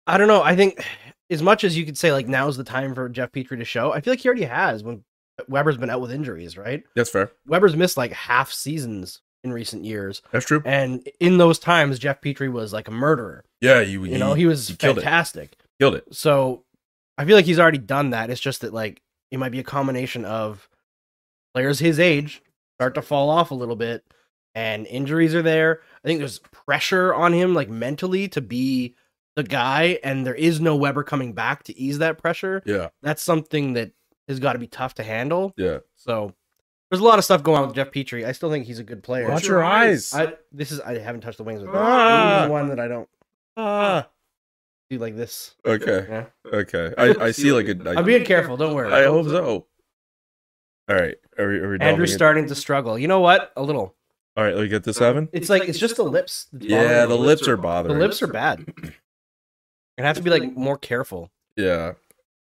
B: I don't know. I think [sighs] as much as you could say like now's the time for Jeff Petrie to show, I feel like he already has when Weber's been out with injuries, right?
A: That's fair.
B: Weber's missed like half seasons in recent years.
A: That's true.
B: And in those times, Jeff Petrie was like a murderer.
A: Yeah, you
B: You know, he was
A: he killed it.
B: fantastic.
A: killed it.
B: So I feel like he's already done that. It's just that like it might be a combination of players his age start to fall off a little bit and injuries are there. I think there's pressure on him like mentally to be the guy and there is no Weber coming back to ease that pressure.
A: Yeah.
B: That's something that has got to be tough to handle.
A: Yeah.
B: So there's a lot of stuff going on with Jeff Petrie. I still think he's a good player.
A: Watch your eyes.
B: I, this is I haven't touched the wings with
A: Ah.
B: this is one that I don't
C: Ah.
B: do like this.
A: Okay.
B: Yeah.
A: Okay. I,
B: [laughs]
A: I see like a.
B: I'm
A: I,
B: being careful, don't worry.
A: I hope so. All right. Are we, are we delving
B: Andrew's
A: in?
B: starting to struggle. You know what? A little.
A: All right. Let me get this seven.
B: It's like it's just the lips. that's
A: Yeah.
B: bothering
A: The
B: me.
A: lips are
B: the
A: bothering.
B: lips are bad.
A: [clears throat]
B: I have to be like more careful.
A: Yeah.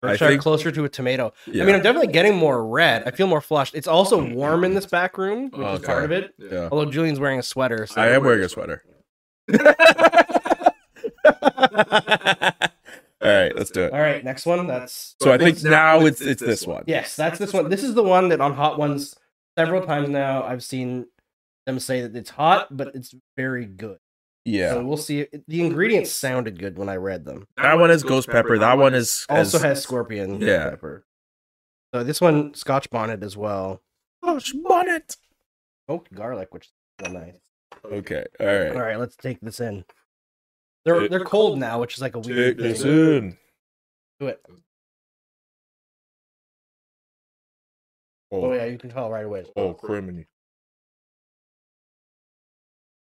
A: I
B: Or start
A: think-
B: closer to a tomato.
A: Yeah.
B: I mean, I'm definitely getting more red. I feel more flushed. It's also warm in this back room, which is
A: Okay.
B: part of it.
A: yeah.
B: Although Julian's wearing a sweater, so
A: I am wearing a sweater. [laughs] All right. Let's do it.
B: all right, next one. That's
A: So I think now it's it's this one.
B: yes, that's this one. This is the one that on hot ones several times now I've seen them say that it's hot, but it's very good.
A: Yeah.
B: So we'll see. The ingredients sounded good when I read them.
A: That one is ghost pepper. That one is
B: also
A: is-
B: has scorpion
A: Yeah.
B: pepper. So this one Scotch bonnet as well.
A: Oh, bonnet.
B: Smoked garlic, which is real nice.
A: Okay. All right.
B: All right, let's take this in. They're
A: Take-
B: they're cold now, which is like a
A: Take
B: weird
A: this
B: thing.
A: in.
B: Do it.
A: Oh,
B: Oh yeah, you can tell right away.
A: oh, criminy.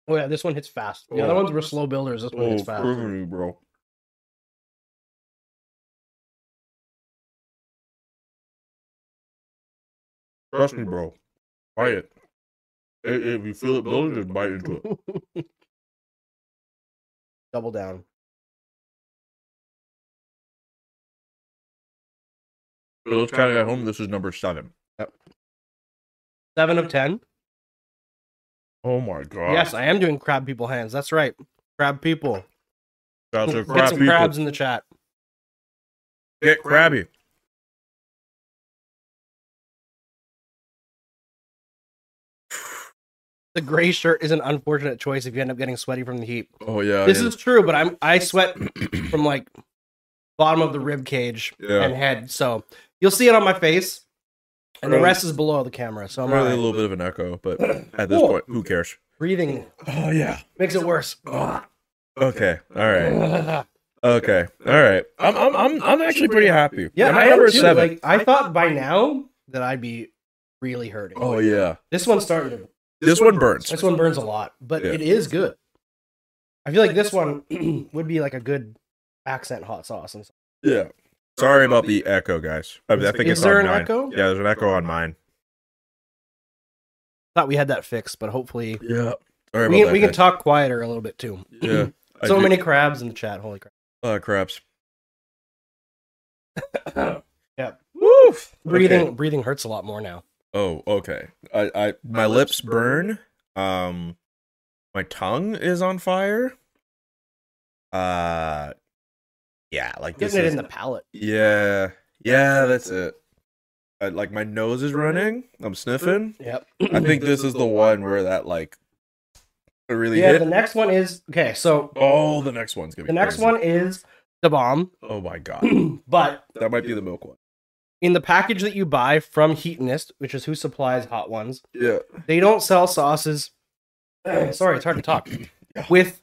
B: Oh yeah, this one hits fast. The other
A: Oh.
B: ones were slow builders. This one
A: Oh,
B: hits fast.
A: criminy, bro. Trust me, bro. Bite it. I- If you feel it building, just bite into it.
B: [laughs] Double down.
A: For those kind of at home, this is number seven.
B: Seven of ten.
A: Oh my god.
B: Yes, I am doing crab people hands. That's right. Crab people.
A: That's a
B: Get
A: crab
B: some
A: people.
B: crabs in the chat.
A: Get crabby.
B: The gray shirt is an unfortunate choice if you end up getting sweaty from the heat.
A: Oh yeah.
B: this
A: yeah.
B: is true, but I'm I sweat from like bottom of the rib cage
A: Yeah.
B: and head. So you'll see it on my face, and the
A: Really?
B: rest is below the camera. So I'm
A: Probably a
B: alright.
A: little bit of an echo, but at this
B: Cool.
A: point, who cares?
B: breathing
A: Oh yeah.
B: makes it worse.
A: Okay. All right.
B: Ugh.
A: Okay. All right. I'm I'm I'm I'm actually pretty happy.
B: [laughs] yeah,
A: Am
B: I
A: I
B: am
A: number
B: too.
A: seven.
B: Like I thought by now that I'd be really hurting.
A: oh yeah.
B: This one started.
A: This one burns.
B: This one burns a lot, but
A: Yeah.
B: it is good. [clears throat] I feel like this one would be like a good accent hot sauce. And
A: Yeah. Sorry about the echo, guys. I, I
C: Is
A: think
B: Is
A: it's
B: there
A: on
B: an
A: mine.
B: echo?
A: Yeah, there's an echo on mine.
B: Thought we had that fixed, but hopefully
C: Yeah. Sorry
B: we,
C: about that.
B: we can
C: guys.
B: talk quieter a little bit too. [clears throat]
C: Yeah. I
B: so
C: do-
B: many crabs in the chat.
C: [laughs]
B: Holy crap!
A: Oh,
C: uh, craps.
B: Yep.
C: Woo.
B: Breathing
C: Okay.
B: breathing hurts a lot more now.
C: Oh, okay. I, I my, lips burn. Um, my tongue is on fire.
A: Uh, yeah, like this
B: Getting it
A: is
B: in the palate.
C: Yeah. Yeah, that's it. I, like my nose is running. I'm sniffing.
B: Yep.
C: I
B: [clears throat]
C: think this is the one where that like it really
B: yeah.
C: hit.
B: The next one is okay. So
C: oh, the next one's gonna be
B: the next
C: crazy.
B: one is the bomb, [clears throat]
C: Oh my god,
B: but
C: that might be the milk one.
B: in the package that you buy from Heatonist, which is who supplies hot ones,
C: Yeah.
B: they don't sell sauces. [clears throat] sorry, it's hard
C: [clears throat]
B: to talk with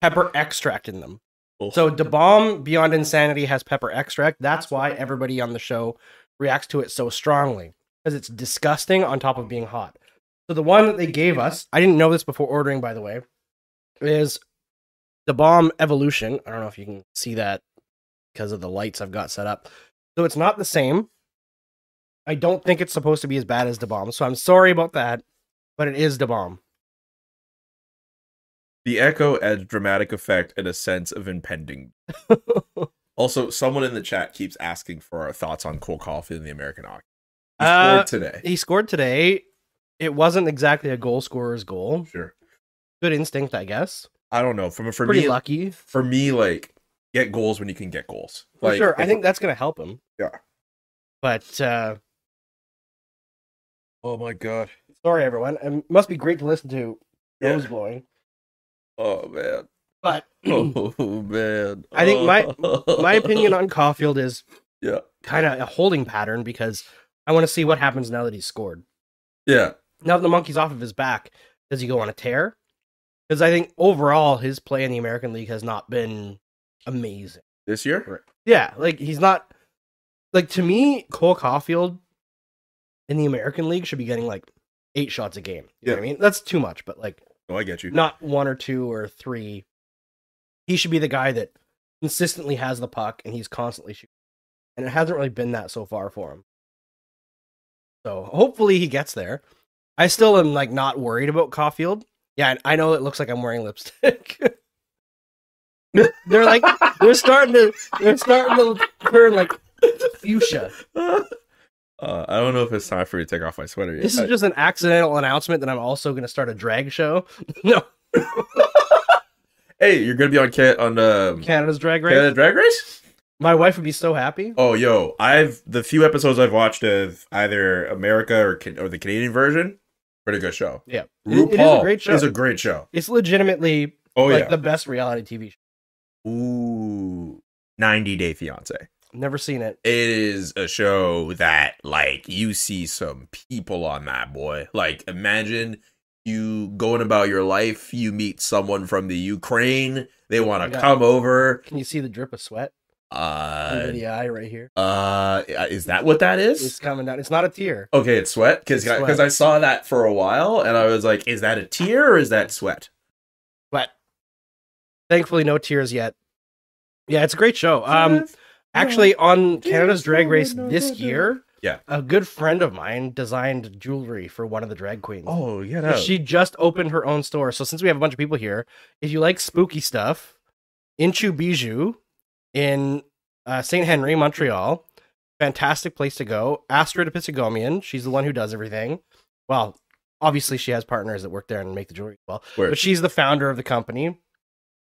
B: pepper extract in them.
C: Ugh. [laughs]
B: So the bomb Beyond Insanity has pepper extract. That's why everybody on the show reacts to it so strongly because it's disgusting on top of being hot. So the one that they gave us, I didn't know this before ordering, by the way, is the bomb Evolution. I don't know if you can see that because of the lights I've got set up. So it's not the same. I don't think it's supposed to be as bad as the bomb. So I'm sorry about that, but it is the bomb.
C: The echo adds dramatic effect and a sense of
B: [laughs]
C: impending. also, someone in the chat keeps asking for our thoughts on Cole Caulfield and the American Hockey. He
B: Uh,
C: scored today.
B: he scored today. It wasn't exactly a goal scorer's goal.
C: Sure.
B: Good instinct, I guess.
C: I don't know. From for
B: Pretty
C: me,
B: lucky.
C: for me, like get goals when you can get goals.
B: For
C: Like,
B: sure. I
C: if-
B: think that's gonna help him.
C: Yeah.
B: But uh
C: Oh my god.
B: sorry everyone. It must be great to listen to
C: Yeah.
B: nose blowing.
C: Oh man.
B: But
C: [laughs] Oh man.
B: I think
C: [laughs]
B: my opinion on Caulfield is
C: Yeah.
B: kind of a holding pattern because I want to see what happens now that he's scored.
C: Yeah.
B: Now that the monkey's off of his back, does he go on a tear? Because I think overall his play in the American League has not been amazing.
C: This year.
B: Yeah, like he's not like to me, Cole Caulfield in the American League should be getting like eight shots a game. You know what I mean? That's too much, but like
C: Oh, I get [laughs] you.
B: not one or two or three. He should be the guy that consistently has the puck and he's constantly shooting. And it hasn't really been that so far for him. So hopefully he gets there. I still am like not worried about Caulfield. Yeah, and I know it looks like I'm wearing lipstick. [laughs] they're like they're starting to they're starting to turn like fuchsia.
C: uh, I don't know if it's time for me to take off my sweater yet.
B: This is
C: I-
B: just an accidental announcement that I'm also going to start a drag show. no,
C: hey, you're gonna be on cat on um,
B: Canada's drag race.
C: Canada Drag Race.
B: My wife would be so happy.
C: Oh, yo, I've the few episodes I've watched of either America or Ca- or the Canadian version. Pretty good show.
B: Yeah. It- it is
C: RuPaul
B: a great show.
C: Is a great show.
B: It's legitimately
C: Oh
B: like
C: yeah.
B: the best reality TV show.
A: Ooh, 90 Day Fiance.
B: Never seen it.
C: it
A: is a show that like you see some people on that boy. Like imagine you going about your life, you meet someone from the Ukraine, they want to
B: Yeah.
A: come over.
B: Can you see the drip of sweat under
A: Uh
B: the eye right here?
A: uh is that what that
B: It's
A: is?
B: coming down. It's not a tear.
A: Okay, it's sweat because
B: It's sweat.
A: because I saw that for a while and I was like, is that a tear or is that sweat?
B: But thankfully, no tears yet. Yeah, it's a great show. Um, actually, on Canada's Drag Race this year,
A: Yeah.
B: a good friend of mine designed jewelry for one of the drag queens.
C: oh yeah. No.
B: She just opened her own store. So since we have a bunch of people here, if you like spooky stuff, Inchu Bijou in uh, St. Henry, Montreal, fantastic place to go. Astrid Episigamian, she's the one who does everything. Well, obviously she has partners that work there and make the jewelry as well.
C: Word.
B: But she's the founder of the company.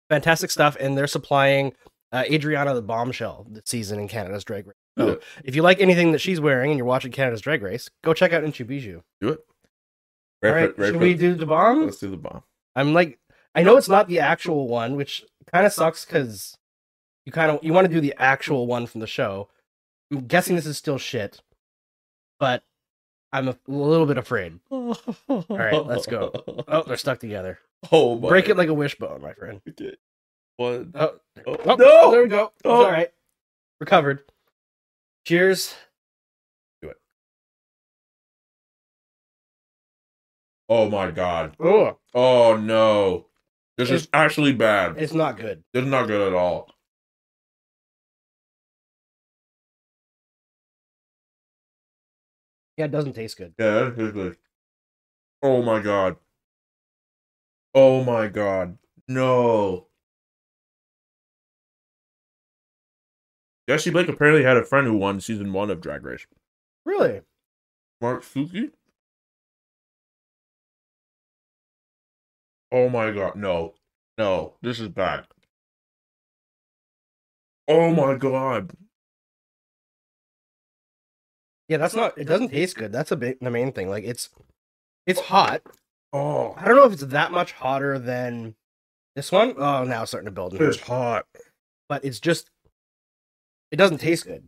B: Fantastic stuff, and they're supplying uh, Adriana the Bombshell this season in Canada's Drag Race. So
C: Yeah.
B: if you like anything that she's wearing and you're watching Canada's Drag Race, go check out Inchu Bijou.
C: do it.
B: All
C: Right,
B: right,
C: foot, right
B: should
C: foot.
B: we do the bomb?
C: Let's do the bomb.
B: I'm like, I know it's not the actual one, which kind of sucks because you kind of you want to do the actual one from the show. I'm guessing this is still shit, but I'm a little bit afraid.
C: All
B: right, let's go. Oh, they're stuck together.
C: [laughs] Oh my.
B: Break it like a wishbone, my friend.
C: Okay. One.
B: Oh,
C: Oh,
B: oh,
C: no!
B: there we go. It's
C: Oh.
B: all right, recovered. Cheers.
C: Oh my god.
B: Oh,
C: Oh no. This is actually bad.
B: it's not good.
C: This is not good at all.
B: Yeah, it doesn't taste good.
C: Yeah, that's good. good. Oh my god. Oh my god. No. Jesse Blake apparently had a friend who won season one of Drag Race.
B: Really?
C: Mark Suki? Oh my god, no. No, this is bad. Oh my god.
B: Yeah, that's not. It doesn't taste good. That's a big, the main thing. Like it's, it's hot.
C: Oh,
B: I don't know if it's that much hotter than this one. Oh, now it's starting to build. in here.
C: it's hot.
B: But it's just, it doesn't taste good.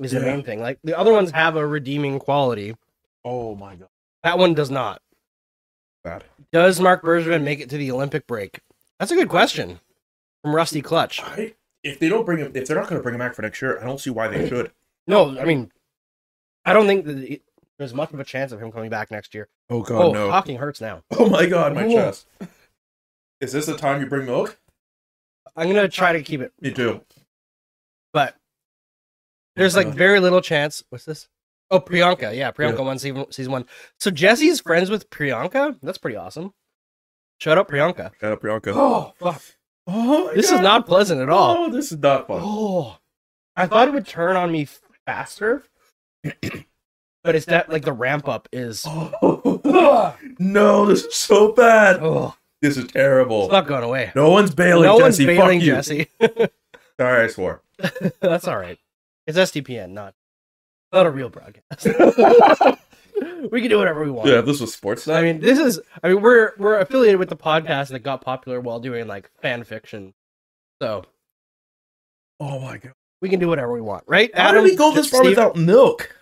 B: Is the
C: Yeah.
B: main thing. Like the other ones have a redeeming quality.
C: Oh my god.
B: That one does not.
C: Bad.
B: Does Mark Bergevin make it to the Olympic break? That's a good question from Rusty Clutch.
C: I, if they don't bring him, if they're not going to bring him back for next year, I don't see why they should.
B: No, I mean, I don't think that it- there's much of a chance of him coming back next year.
C: Oh god,
B: Oh, talking hurts now.
C: [laughs] Oh my god, my
B: Oh.
C: chest. Is this the time you bring milk?
B: I'm gonna try to keep it,
C: Me too.
B: but there's like
C: Uh,
B: very little chance. What's this? Oh, Priyanka. Yeah, Priyanka
C: Yeah.
B: won season season one. So Jesse's friends with Priyanka. That's pretty awesome. Shout out Priyanka.
C: Shut up, Priyanka.
B: Oh, fuck.
C: Oh my
B: This is
C: God.
B: not pleasant
C: [laughs]
B: at all.
C: Oh, this is not
B: [laughs]
C: fun.
B: Oh, I thought it would turn on me faster, [clears throat] but it's that like the ramp up is.
C: Oh. no, this is so bad.
B: Oh,
C: This is terrible.
B: it's not going away.
C: no one's bailing
B: no
C: Jesse.
B: one's bailing
C: Fuck you.
B: Jesse. [laughs]
C: Sorry, I swore.
B: That's all right. It's SDPN, not not a real
C: [laughs]
B: broadcast. [laughs] we can do whatever we want.
C: Yeah, if this was sports
B: I
C: night.
B: mean, this is. I mean, we're we're affiliated with the podcast that got popular while doing like fan fiction, so
C: [gasps] Oh my god.
B: we can do whatever we want, right?
C: How did
B: Adam,
C: we go this far
B: Steve?
C: without milk?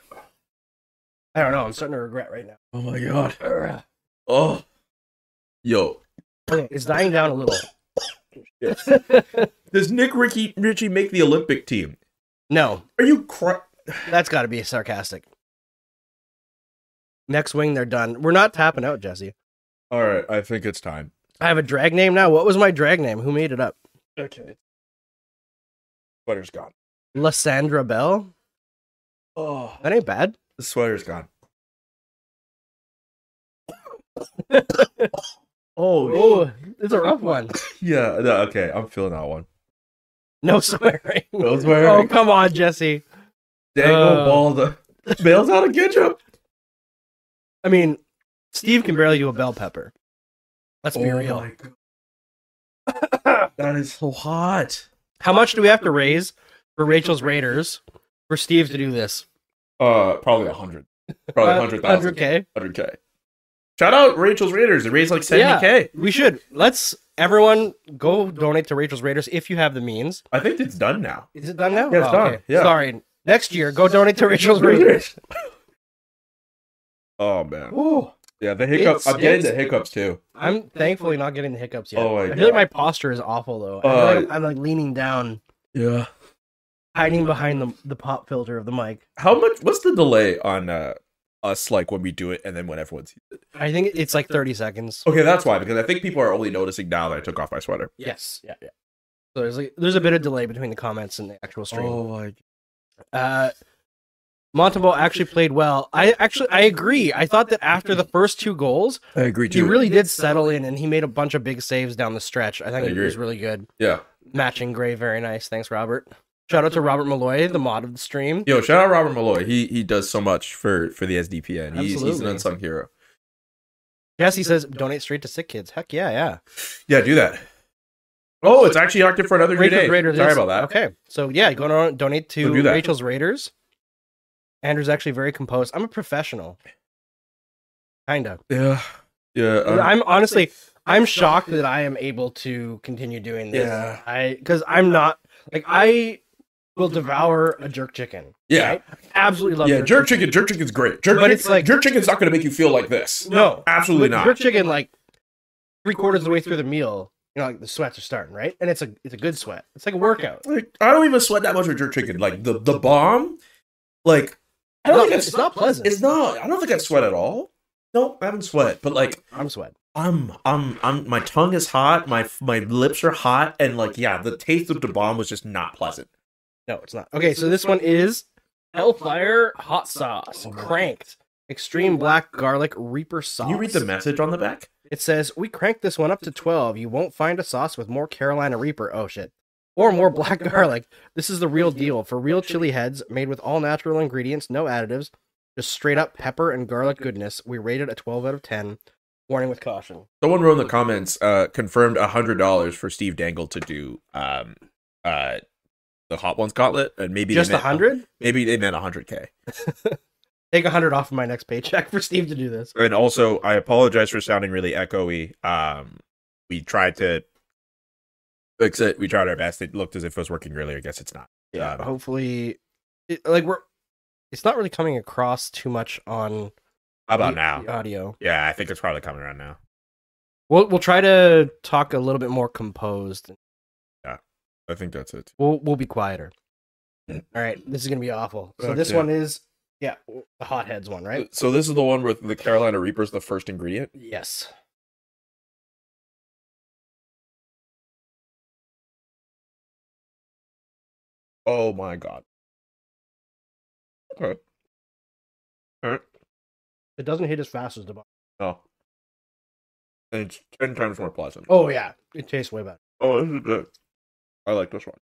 B: I don't know. I'm starting to regret right now.
C: Oh my god. Oh. Yo.
B: Okay, it's dying down a little.
C: Yes. [sighs] Does Nick Ricky Richie make the Olympic team?
B: no,
C: Are you cra-
B: that's got to be sarcastic. Next wing, they're done. We're not tapping out, Jesse.
C: All right, I think it's time.
B: I have a drag name now. What was my drag name? Who made it up?
C: Okay. Sweater's gone.
B: Lysandra Bell.
C: Oh,
B: That ain't bad.
C: the sweater's gone. oh,
B: Oh, it's a rough one.
C: yeah. no, okay, I'm feeling that one.
B: No swearing.
C: No
B: Oh,
C: swearing.
B: come on, Jesse.
C: Dangle
B: uh,
C: ball the bails out of ketchup.
B: I mean, Steve can barely do a bell pepper. Let's be real.
C: God. that is so hot.
B: How much do we have to raise for Rachel's Raiders for Steve to do this?
C: Uh, probably a hundred. Probably
B: Uh,
C: hundred thousand.
B: 100K.
C: Hundred k. Shout out Rachel's Raiders. They raised like seventy k.
B: We should. Let's, everyone, go donate to Rachel's Raiders if you have the means.
C: I think it's done now.
B: Is it done now?
C: Yeah, it's done. Yeah.
B: Sorry. Next year, go donate to Rachel's
C: [laughs]
B: Raiders.
C: Oh man.
B: Oh,
C: Yeah, the hiccups.
B: It's-
C: I'm getting the
B: it's-
C: hiccups too.
B: I'm thankfully not getting the hiccups yet.
C: Oh, my
B: I feel like
C: God.
B: my posture is awful, though. I
C: Uh,
B: feel like I'm like leaning down,
C: Yeah.
B: hiding behind the, the pop filter of the mic.
C: How much? What's the delay on uh, us like when we do it and then when everyone sees it?
B: I think it's like 30 seconds.
C: Okay, that's why because I think people are only noticing now that I took off my sweater.
B: Yes. Yeah. Mm. yeah. So there's like there's a bit of delay between the comments and the actual stream.
C: my!
B: Uh, Montalvo actually played well. I actually I agree. I thought that after the first two goals,
C: I agree
B: he really did settle in and he made a bunch of big saves down the stretch. I
C: I
B: think it
C: agree.
B: was really good.
C: yeah.
B: Matching Gray, very nice. Thanks, Robert. Shout out to Robert Malloy, the mod of the stream.
C: Yo, shout out Robert Malloy. He he does so much for for the SDPN. He's he's an
B: Absolutely.
C: unsung hero.
B: Jesse says donate straight to sick kids. Heck yeah, yeah.
C: Yeah, do that. Oh, it's actually active for another few
B: Rachel's
C: days.
B: Raiders.
C: Sorry
B: is-
C: about that.
B: Okay, so yeah, go on donate
C: Go
B: to
C: do that.
B: Rachel's Raiders. Andrew's actually very composed. I'm a professional, kinda.
C: Yeah. Yeah. um,
B: I'm honestly, I'm shocked that I am able to continue doing this.
C: yeah.
B: I because I'm not like I will devour a jerk chicken.
C: Yeah.
B: right? absolutely love
C: Yeah. Jerk chicken. Jerk chicken's great. Jerk
B: But
C: chicken-
B: it's like-
C: jerk chicken's not going to make you feel like this.
B: No,
C: Absolutely
B: With
C: not.
B: Jerk chicken like three quarters of the way through the meal, you know, like the sweats are starting right, and it's a it's a good sweat. It's like a workout.
C: Like, I don't even sweat that much with jerk chicken. Like the the bomb, like I don't
B: No,
C: think I've-
B: it's not pleasant.
C: It's not. I don't think I sweat at all. No, I haven't sweat. But like
B: I'm sweating.
C: I'm I'm I'm my tongue is hot. My my lips are hot, and like yeah, the taste of the bomb was just not pleasant.
B: No, it's not. Okay, so this one is Hellfire hot sauce cranked. Extreme black garlic reaper sauce.
C: Oh Can you read the message on the back?
B: It says, We cranked this one up to 12. You won't find a sauce with more Carolina Reaper. Oh, shit. Or more black [laughs] garlic. This is the real deal for real chili heads made with all natural ingredients, no additives, just straight up pepper and garlic goodness. We rated a 12 out of 10. Warning with caution.
C: Someone wrote in the comments, uh, confirmed hundred dollars for Steve Dangle to do um uh the hot ones gauntlet, and maybe
B: Just
C: they
B: a
C: meant,
B: 100?
C: Maybe they meant hundred k.
B: Take a 100 off of my next paycheck [laughs] for Steve to do this.
A: And also, I apologize for sounding really echoey. Um, we tried to
C: Fix it.
A: we tried our best. It looked as if it was working earlier. I guess it's not.
B: yeah
A: Um,
B: Uh, hopefully it, like we're it's not really coming across too much on
A: How about
B: the-
A: now?
B: the audio
A: Yeah, I think it's probably coming around now.
B: we'll we'll try to talk a little bit more composed
C: I think that's it.
B: we'll we'll be quieter all right this is gonna be awful so this
C: Okay.
B: one is yeah the hotheads one right
C: So this is the one with the Carolina Reapers, the first ingredient.
B: yes
C: Oh my god. Okay. All right.
B: it doesn't hit as fast as the bomb.
C: Oh. And it's ten times more pleasant.
B: oh yeah it tastes way better
C: Oh, this is good. I like this one.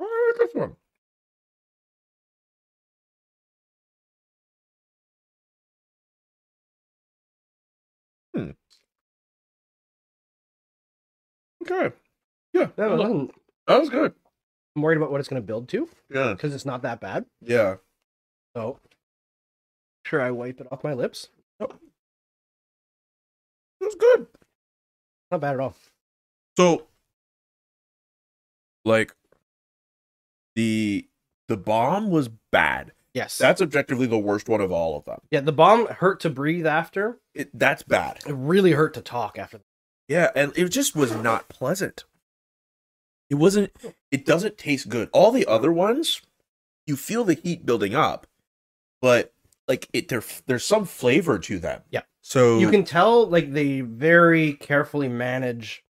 C: I like this one. Hmm. Okay. Yeah,
B: No,
C: that was-
B: I'm-
C: that was good.
B: i'm worried about what it's gonna build to
C: Yeah.
B: because it's not that bad
C: Yeah.
B: so sure i wipe it off my lips Oh.
C: It was good.
B: not bad at all
C: So like the the bomb was bad.
B: yes
C: That's objectively the worst one of all of them.
B: yeah the bomb hurt to breathe after
C: It, that's bad.
B: It really hurt to talk after.
C: Yeah, and it just was not pleasant. It wasn't it doesn't taste good. All the other ones, you feel the heat building up, but like it there there's some flavor to them.
B: Yeah.
C: So
B: You can tell like they very carefully manage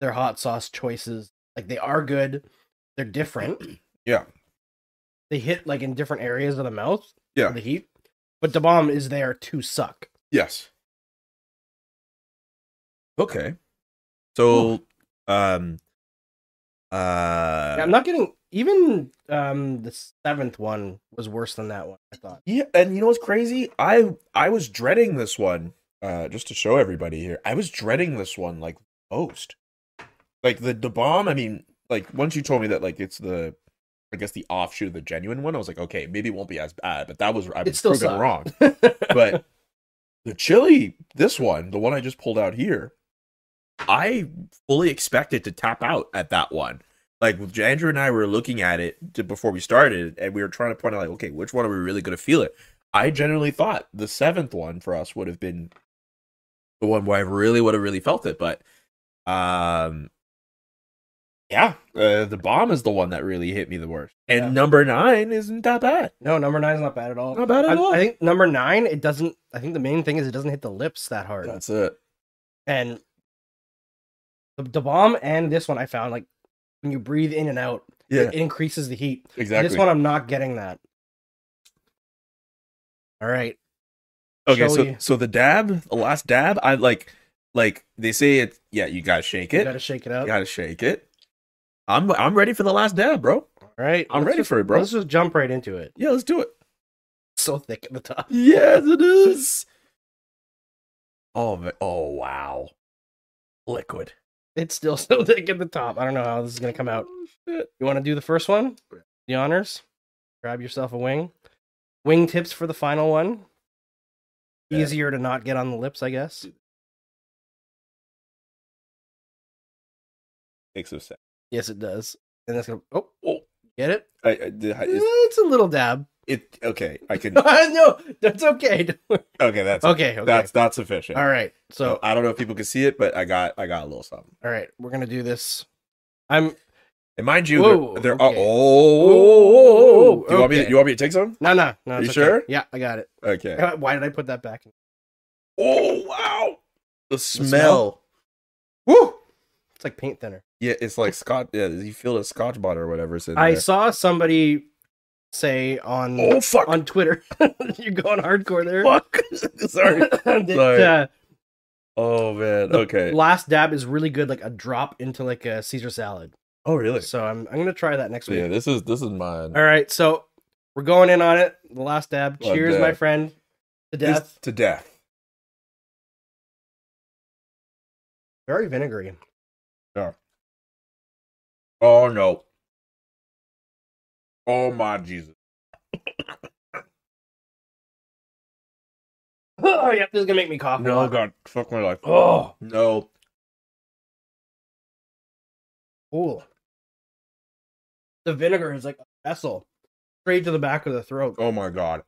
B: their hot sauce choices. Like they are good. They're different.
C: [clears throat] Yeah.
B: They hit like in different areas of the mouth. of
C: Yeah.
B: The heat. But the bomb is there to suck.
C: Yes. Okay. So um uh
B: Yeah, I'm not getting even um the seventh one was worse than that one,
C: [laughs]
B: I thought.
C: Yeah, and you know what's crazy? I I was dreading this one. Uh, just to show everybody here, I was dreading this one like most. Like the the bomb. I mean, like once you told me that, like it's the, I guess the offshoot of the genuine one. I was like, okay, maybe it won't be as bad. But that was I was
B: It still
C: proven
B: sucked.
C: wrong.
B: [laughs]
C: But the chili, this one, the one I just pulled out here, I fully expected to tap out at that one. Like Andrew and I were looking at it to, before we started, and we were trying to point out, like, okay, which one are we really going to feel it? I generally thought the seventh one for us would have been the one where I really would have really felt it, but um, yeah, uh, the bomb is the one that really hit me the worst, and
B: Yeah.
C: number nine isn't that bad,
B: no, number nine's not bad at all.
C: not bad at
B: I,
C: all.
B: I think number nine, it doesn't I think the main thing is it doesn't hit the lips that hard.
C: That's it.
B: and the, the bomb and this one I found like when you breathe in and out,
C: Yeah,
B: it increases the heat.
C: exactly.
B: This one I'm not getting that. All right,
C: Okay,
B: Shall
C: so
B: we-
C: so the dab, the last dab, I like like they say it yeah, you gotta shake
B: you
C: it.
B: gotta shake it up.
C: You gotta shake it. I'm I'm ready for the last dab, bro.
B: All right,
C: I'm
B: let's
C: ready
B: just-
C: for it, bro.
B: Let's just jump right into it. [laughs]
C: Yeah, let's do it.
B: It's so thick at the top.
C: Yes, it is. Oh ma- oh wow. Liquid.
B: It's still [laughs] so thick at the top. I don't know how this is gonna come out.
C: Oh, shit.
B: You want to do the first one? The honors. Grab yourself a wing. Wing tips for the final one.
C: Yeah.
B: Easier to not get on the lips, I guess.
C: Makes no sense.
B: Yes, it does. And that's gonna. Oh,
C: Oh.
B: get it?
C: I, I, did- I- is-
B: it's a little dab.
C: it okay. I
B: [laughs]
C: can
B: no, that's okay. Don't worry.
C: okay. That's
B: okay, okay.
C: that's that's sufficient.
B: all right. So,
C: I don't know if people can see it, but I got I got a little something.
B: all right, we're gonna do this. I'm
C: And mind you,
B: Whoa,
C: they're, they're
B: okay.
C: oh,
B: Ooh,
C: Do you want me? To,
B: okay.
C: you want me to take some?
B: no, no, no.
C: You
B: it's
C: sure?
B: Yeah, I got it.
C: Okay.
B: Uh, Why did I put that back?
C: Oh wow! The smell.
B: smell?
C: Woo!
B: It's like paint thinner.
C: Yeah, it's like Scotch. Yeah, you feel the Scotch butter or whatever. It's in
B: I
C: there.
B: saw somebody say on
A: Oh fuck!
B: on Twitter. [laughs] You're going hardcore there.
A: fuck! [laughs] Sorry.
B: [laughs] That,
A: Sorry.
B: uh,
A: Oh man.
B: the
A: Okay.
B: Last dab is really good, like a drop into like a Caesar salad.
A: Oh really?
B: So I'm I'm gonna try that next
A: Yeah.
B: week.
A: This is this is mine.
B: All right, so we're going in on it. The last dab.
A: Last
B: Cheers,
A: dab.
B: my friend. To
A: This-
B: death.
A: to death.
B: Very vinegary.
A: Oh no. Oh my Jesus.
B: [laughs] oh yep, this is gonna make me cough. a
A: No
B: lot.
A: God, fuck my life. Oh no.
B: Ooh. The vinegar is like a vessel straight to the back of the throat.
A: Oh my God.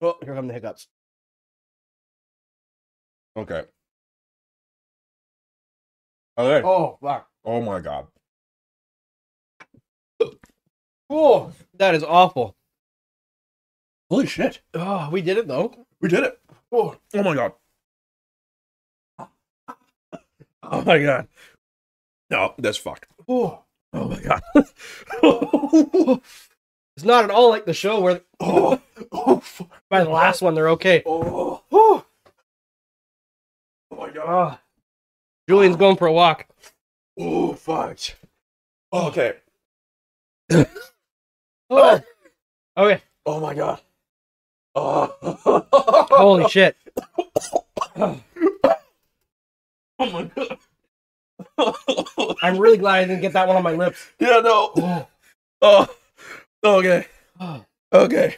B: Oh, here come the hiccups.
A: Okay. Okay.
B: Oh
A: Oh,
B: fuck.
A: my God.
B: Oh, that is awful.
A: Holy shit.
B: Oh, we did it though.
A: We did it. Oh, oh my God. Oh my God. No, that's fucked.
B: Oh,
A: Oh my God. oh,
B: [laughs] it's not at all like the show where
A: oh, fu-
B: by the last one they're okay.
A: oh,
B: Oh,
A: oh my God.
B: Julian's going for a walk.
A: Oh, fuck. Okay.
B: Oh. [laughs] Okay.
A: Oh my God. [laughs] Oh,
B: Holy shit.
A: Oh my God.
B: I'm really glad I didn't get that one on my lips.
A: yeah, no. [gasps]
B: Oh.
A: Oh, [gasps] okay.
B: Oh.
A: Okay.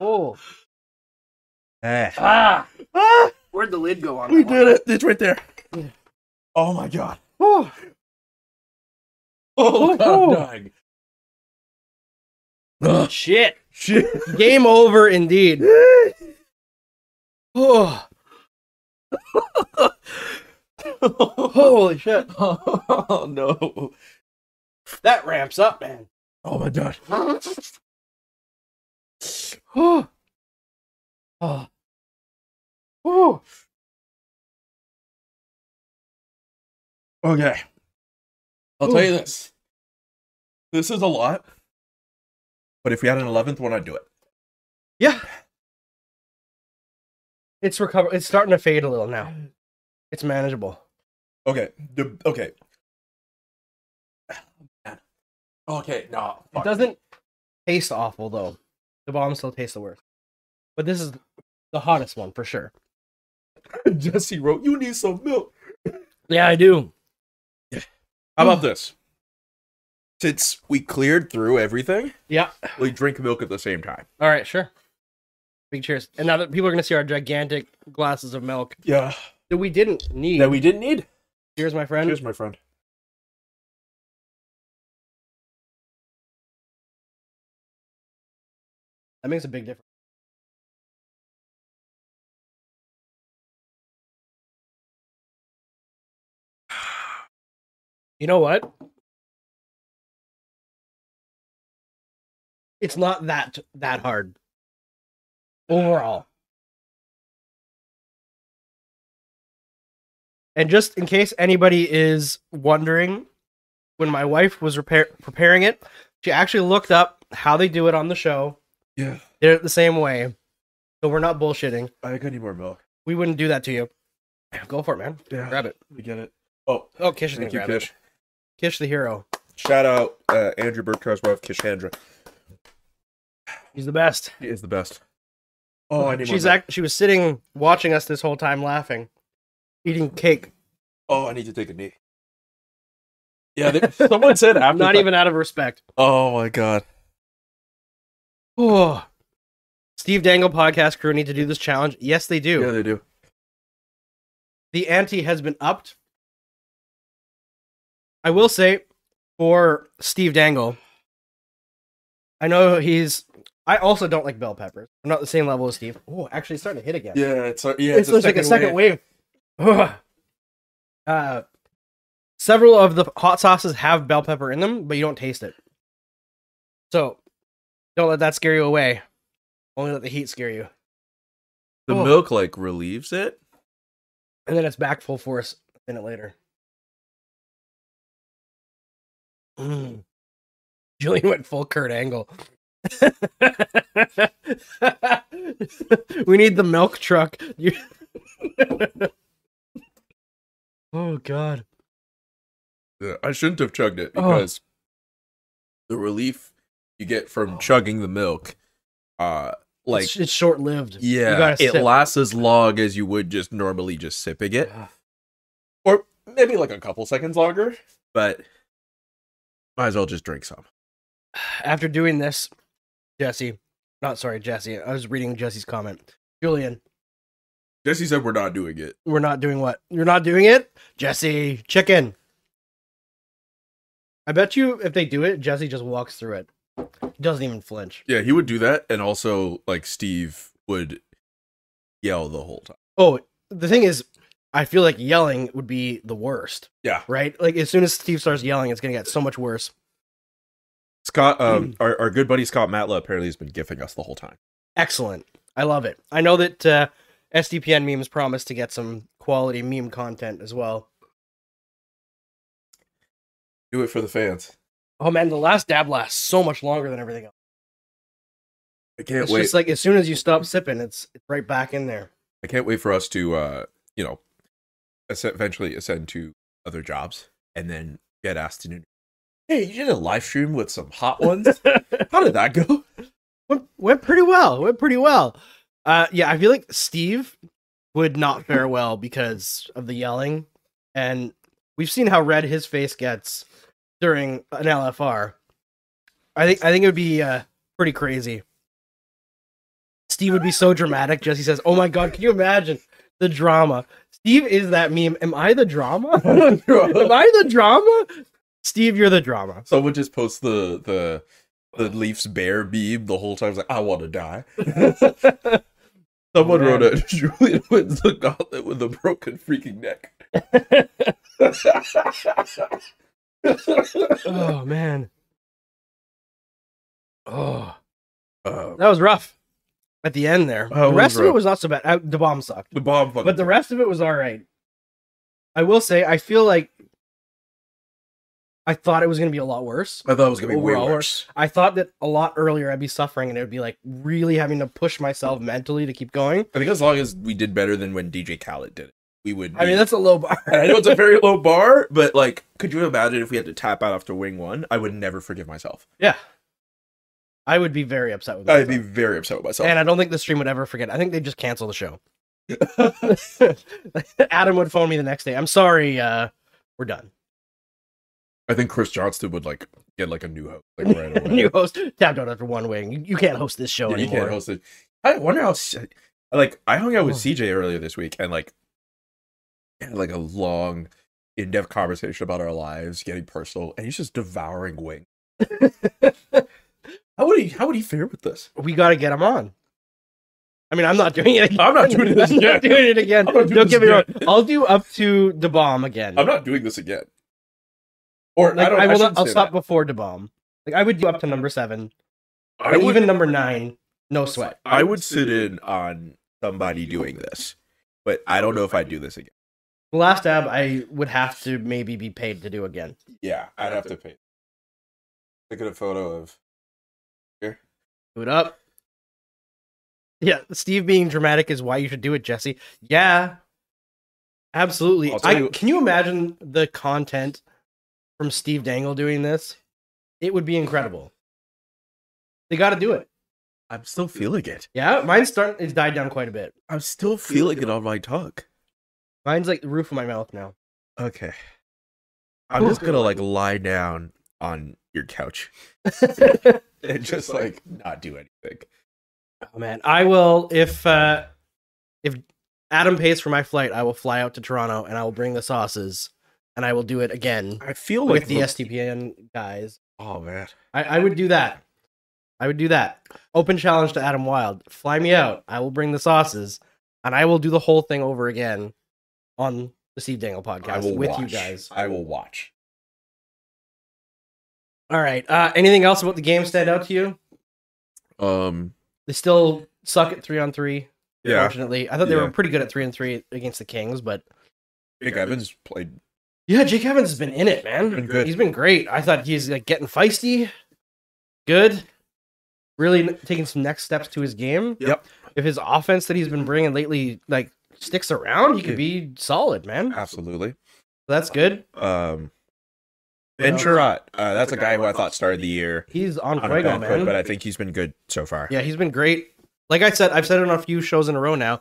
B: Oh.
A: Ah, ah
B: Where'd the lid go on?
A: we
B: that one?
A: did it. It's right there.
B: Yeah.
A: Oh my God.
B: Oh.
A: Oh,
B: Oh,
A: God,
B: oh.
A: I'm dying. Ugh,
B: Shit.
A: [laughs] shit.
B: Game over indeed. Oh. [laughs] Holy [laughs] shit.
A: oh no.
B: That ramps up, man.
A: Oh my God.
B: [laughs] Oh. Oh. Oh.
A: Okay. I'll tell you this. This is a lot. But if we had an 11th one, I'd do it.
B: Yeah. It's recover it's starting to fade a little now. It's manageable.
A: Okay. The, okay. [laughs] Okay. No.
B: It
A: fuck.
B: doesn't taste awful though. The bomb still tastes the worst. But this is the hottest one for sure.
A: Jesse wrote, "You need some milk."
B: Yeah, I do.
A: How about this? Since we cleared through everything,
B: Yeah.
A: we drink milk at the same time.
B: All right, sure. Big cheers. And now that people are going to see our gigantic glasses of milk
A: Yeah.
B: that we didn't need.
A: That we didn't need.
B: cheers, my friend.
A: Cheers, my friend.
B: That makes a big difference. [sighs] You know what? It's not that that hard. Overall. And just in case anybody is wondering, when my wife was repair- preparing it, she actually looked up how they do it on the show
A: Yeah.
B: did it the same way. So we're not bullshitting.
A: I could need more milk.
B: We wouldn't do that to you. Go for it, man.
A: Yeah.
B: Grab it.
A: We get it. Oh,
B: Oh, Kish is
A: thank you,
B: gonna grab
A: Kish.
B: it. Kish the hero.
A: Shout out uh, Andrew Burkhardt's wife, Kishandra.
B: He's the best.
A: He is the best. Oh, I need
B: She's
A: more milk.
B: act- she was sitting watching us this whole time laughing, eating cake.
A: Oh, I need to take a knee. Yeah, they, [laughs] someone said after.
B: Not
A: the-
B: even out of respect. [sighs]
A: Oh my god.
B: Oh. Steve Dangle podcast crew need to do this challenge. Yes, they do.
A: Yeah, they do.
B: the ante has been upped. I will say for Steve Dangle, I know he's. I also don't like bell peppers. I'm not the same level as Steve. Oh, actually, it's starting to hit again.
A: Yeah, it's a, yeah,
B: it's,
A: it's, a
B: like
A: second
B: a second
A: wave.
B: wave. Ugh. Uh, several of the hot sauces have bell pepper in them, but you don't taste it. So, don't let that scare you away. Only let the heat scare you,
A: The
B: Oh.
A: milk like relieves it.
B: and then it's back full force. minute later. Mm. Julian went full Kurt Angle. [laughs] we need the milk truck. [laughs] You- oh God.
C: Yeah, I shouldn't have chugged it
B: Oh.
C: because the relief you get
A: Oh.
C: from chugging the milk, uh, like
B: it's, it's short-lived. You
C: yeah,
B: gotta
C: it
B: sip.
C: lasts as long as you would just normally just sipping it, or maybe like a couple seconds longer. But might as well just drink some.
B: after doing this, Jesse, not sorry, Jesse, I was reading Jesse's comment. Julian,
C: Jesse said we're not doing it.
B: we're not doing what? You're not doing it? Jesse, check in. I bet you if they do it, Jesse just walks through it. He doesn't even flinch.
C: Yeah, he would do that, and also like Steve would yell the whole time.
B: Oh, the thing is, I feel like yelling would be the worst,
C: Yeah,
B: right? Like as soon as Steve starts yelling, it's gonna get so much worse.
C: Scott, um,
B: Mm.
C: our, our good buddy Scott Matla apparently has been gifting us the whole time.
B: Excellent. I love it. I know that uh, SDPN memes promised to get some quality meme content as well.
C: Do it for the fans. [laughs]
A: [laughs]
B: Oh man, the last dab lasts so much longer than everything else.
C: I can't
B: it's
C: wait.
B: just like as soon as you stop sipping, it's it's right back in there.
C: I can't wait for us to, uh, you know, as- eventually ascend to other jobs and then get asked to do. Hey, you did a live stream with some hot ones.
B: [laughs]
C: [laughs] How did that go?
B: went, went pretty well. Went pretty well. Uh, yeah, I feel like Steve would not fare well because of the yelling, and we've seen how red his face gets during an LFR. I think I think it would be uh, pretty crazy. Steve would be so dramatic. Jesse says, "Oh my god, can you imagine the drama?" Steve is that meme. Am I the
A: [laughs]
B: drama? Am I the drama? Steve, you're the
A: [laughs]
B: drama.
C: Someone just posts the the the Leafs bear beam the whole time. It's like I want to
B: [laughs]
C: die. Someone
B: Man.
C: wrote it. [laughs] Julian wins the gauntlet with a broken freaking
B: [laughs]
C: neck. [laughs]
B: oh man. Oh.
C: Um,
B: That was rough at the end there.
C: Oh, it
B: the
C: was
B: rest of it
C: rough.
B: was not so bad. I, the bomb sucked,
C: the bomb, fucking
B: but the rest of it was all right. I will say, I feel like I thought it was going to be a lot worse.
C: I thought it was gonna be way
B: Overall,
C: worse.
B: I thought that a lot earlier I'd be suffering and it would be like really having to push myself mentally to keep going.
C: I think as long as we did better than when DJ Khaled did it, we would.
B: I
C: be-
B: mean, that's a low bar. [laughs]
C: And I know it's a very low bar, but like, could you imagine if we had to tap out after wing one? I would never forgive myself.
B: yeah. I would be very upset with
C: I'd
B: that.
C: be very upset with myself.
B: And I don't think the stream would ever forget. I think they'd just cancel
C: [laughs]
B: the show. [laughs] Adam would phone me the next day. I'm sorry, uh, we're done.
C: I think Chris Johnston would like get like a new host,
B: [laughs]
C: like right away.
B: New host tapped out after one wing. You, you can't host this show
C: Yeah, you
B: anymore.
C: can't host it. I wonder how. C- Like, I hung out with
B: Oh.
C: CJ earlier this week, and like, had like a long, in-depth conversation about our lives, getting personal, and he's just devouring wing.
B: [laughs]
C: how would he? How would he fare with this?
B: We got to get him on. I mean, I'm not doing it. Again.
C: I'm not doing this
B: [laughs] I'm
C: again.
B: not doing it again.
C: I'm not doing
B: Don't
C: this
B: get me wrong.
C: again.
B: I'll do up to the bomb again.
C: I'm not doing this again. Or
B: Like,
C: I don't.
B: I
C: I
B: will.
C: shouldn't
B: not, I'll
C: say
B: stop
C: that.
B: before the bomb. Like I would do up to number seven.
C: I
B: and
C: would-
B: even number nine. No sweat.
C: I would sit in on somebody doing this, but I don't know if I'd do this again.
B: The last dab, I would have to maybe be paid to do again.
C: Yeah, I'd have to pay. Look at a photo of.
B: Boot up. Yeah, Steve being dramatic is why you should do it, Jesse. Yeah, absolutely.
C: I'll tell
B: I,
C: you-
B: can you imagine the content from Steve Dangle doing this? It would be incredible. They got to do it.
C: I'm still feeling it.
B: Yeah, mine's starting. It's died down quite a bit.
C: I'm still feeling it on my tongue.
B: Mine's like the roof of my mouth now.
C: Okay. I'm just gonna like lie down on your [laughs] couch
B: oh
C: and just like not do anything.
B: man, I will if uh if Adam pays for my flight, I will fly out to Toronto and I will bring the sauces and I will do it again
C: I feel like
B: with the [laughs] STPN guys.
C: oh man.
B: I, I would do that. I would do that. Open challenge to Adam Wild. Fly me out. I will bring the sauces, and I will do the whole thing over again on the Steve Dangle
C: I
B: podcast
C: will
B: with
C: watch.
B: you guys.
C: I will watch.
B: All right. Uh, anything else about the game stand out to you?
C: Um.
B: They still suck at three on three.
C: Yeah.
B: Fortunately, I thought they
C: Yeah.
B: were pretty good at three and three against the Kings, but
A: Nick Evans played.
B: Yeah, Jake Evans has been in it, man.
A: Been good.
B: He's been great. I thought he's like getting feisty, good, really n- taking some next steps to his game.
A: Yep.
B: If his offense that he's been bringing lately like sticks around, he could be solid, man.
A: Absolutely.
B: That's good.
A: Um, ben Chirot, uh, that's a guy who I thought started the year
B: He's on
A: on a
B: Fuego,
A: bad foot,
B: man.
A: but I think he's been good so far.
B: Yeah, he's been great. Like I said, I've said it on a few shows in a row now.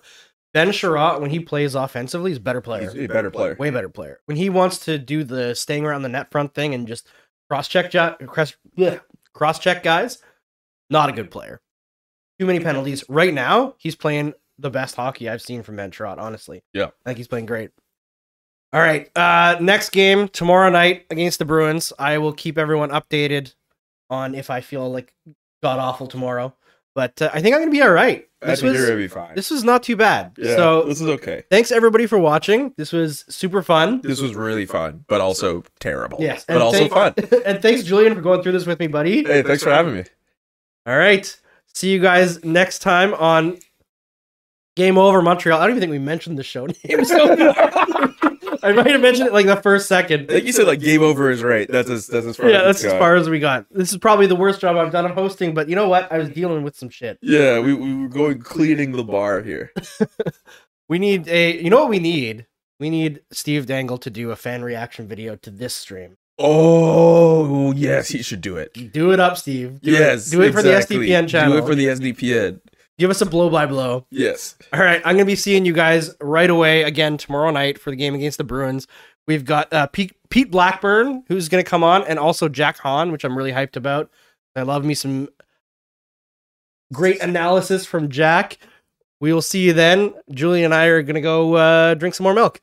B: Ben Sherratt, when he plays offensively, is a better player.
A: He's a better player.
B: way better player. When he wants to do the staying around the net front thing and just cross check jo- cross cross check guys, not a good player. Too many penalties. Right now, he's playing the best hockey I've seen from Ben Sherratt, honestly.
A: Yeah.
B: I think he's playing great. All right. Uh next game tomorrow night against the Bruins. I will keep everyone updated on if I feel like god awful tomorrow. But uh, I think I'm going to be all right. This
A: I think you're
B: was
A: gonna be fine.
B: this was not too bad.
A: Yeah,
B: so
A: this is okay.
B: Thanks everybody for watching. This was super fun.
A: This was really fun, but also terrible.
B: Yes,
A: but also
B: thank-
A: fun.
B: [laughs] and thanks Julian for going through this with me, buddy.
A: Hey, thanks for having me.
B: All right. See you guys next time on Game Over Montreal. I don't even think we mentioned the show name [laughs]
A: [laughs]
B: so far. I might have mentioned it like the first second.
A: I think you said like game over is right. That's as that's as far.
B: Yeah,
A: as
B: that's
A: it's
B: as
A: gone.
B: far as we got. This is probably the worst job I've done of hosting, but you know what? I was dealing with some shit.
A: Yeah, we, we were going cleaning the bar here.
B: We need a you know what we need? We need Steve Dangle to do a fan reaction video to this stream.
A: Oh yes, he should do it.
B: Do it up, Steve. Do it-
A: yes,
B: do it for the
A: exactly.
B: SDPN
A: Do
B: channel.
A: it for the SDPN.
B: Give us a blow by blow.
A: Yes,
B: All right, I'm gonna be seeing you guys right away again tomorrow night for the game against the Bruins. We've got uh, Pete, Pete Blackburn who's gonna come on, and also Jack Hahn, which I'm really hyped about. I love me some great analysis from Jack. We will see you then. Julie and I are gonna go uh, drink some more milk.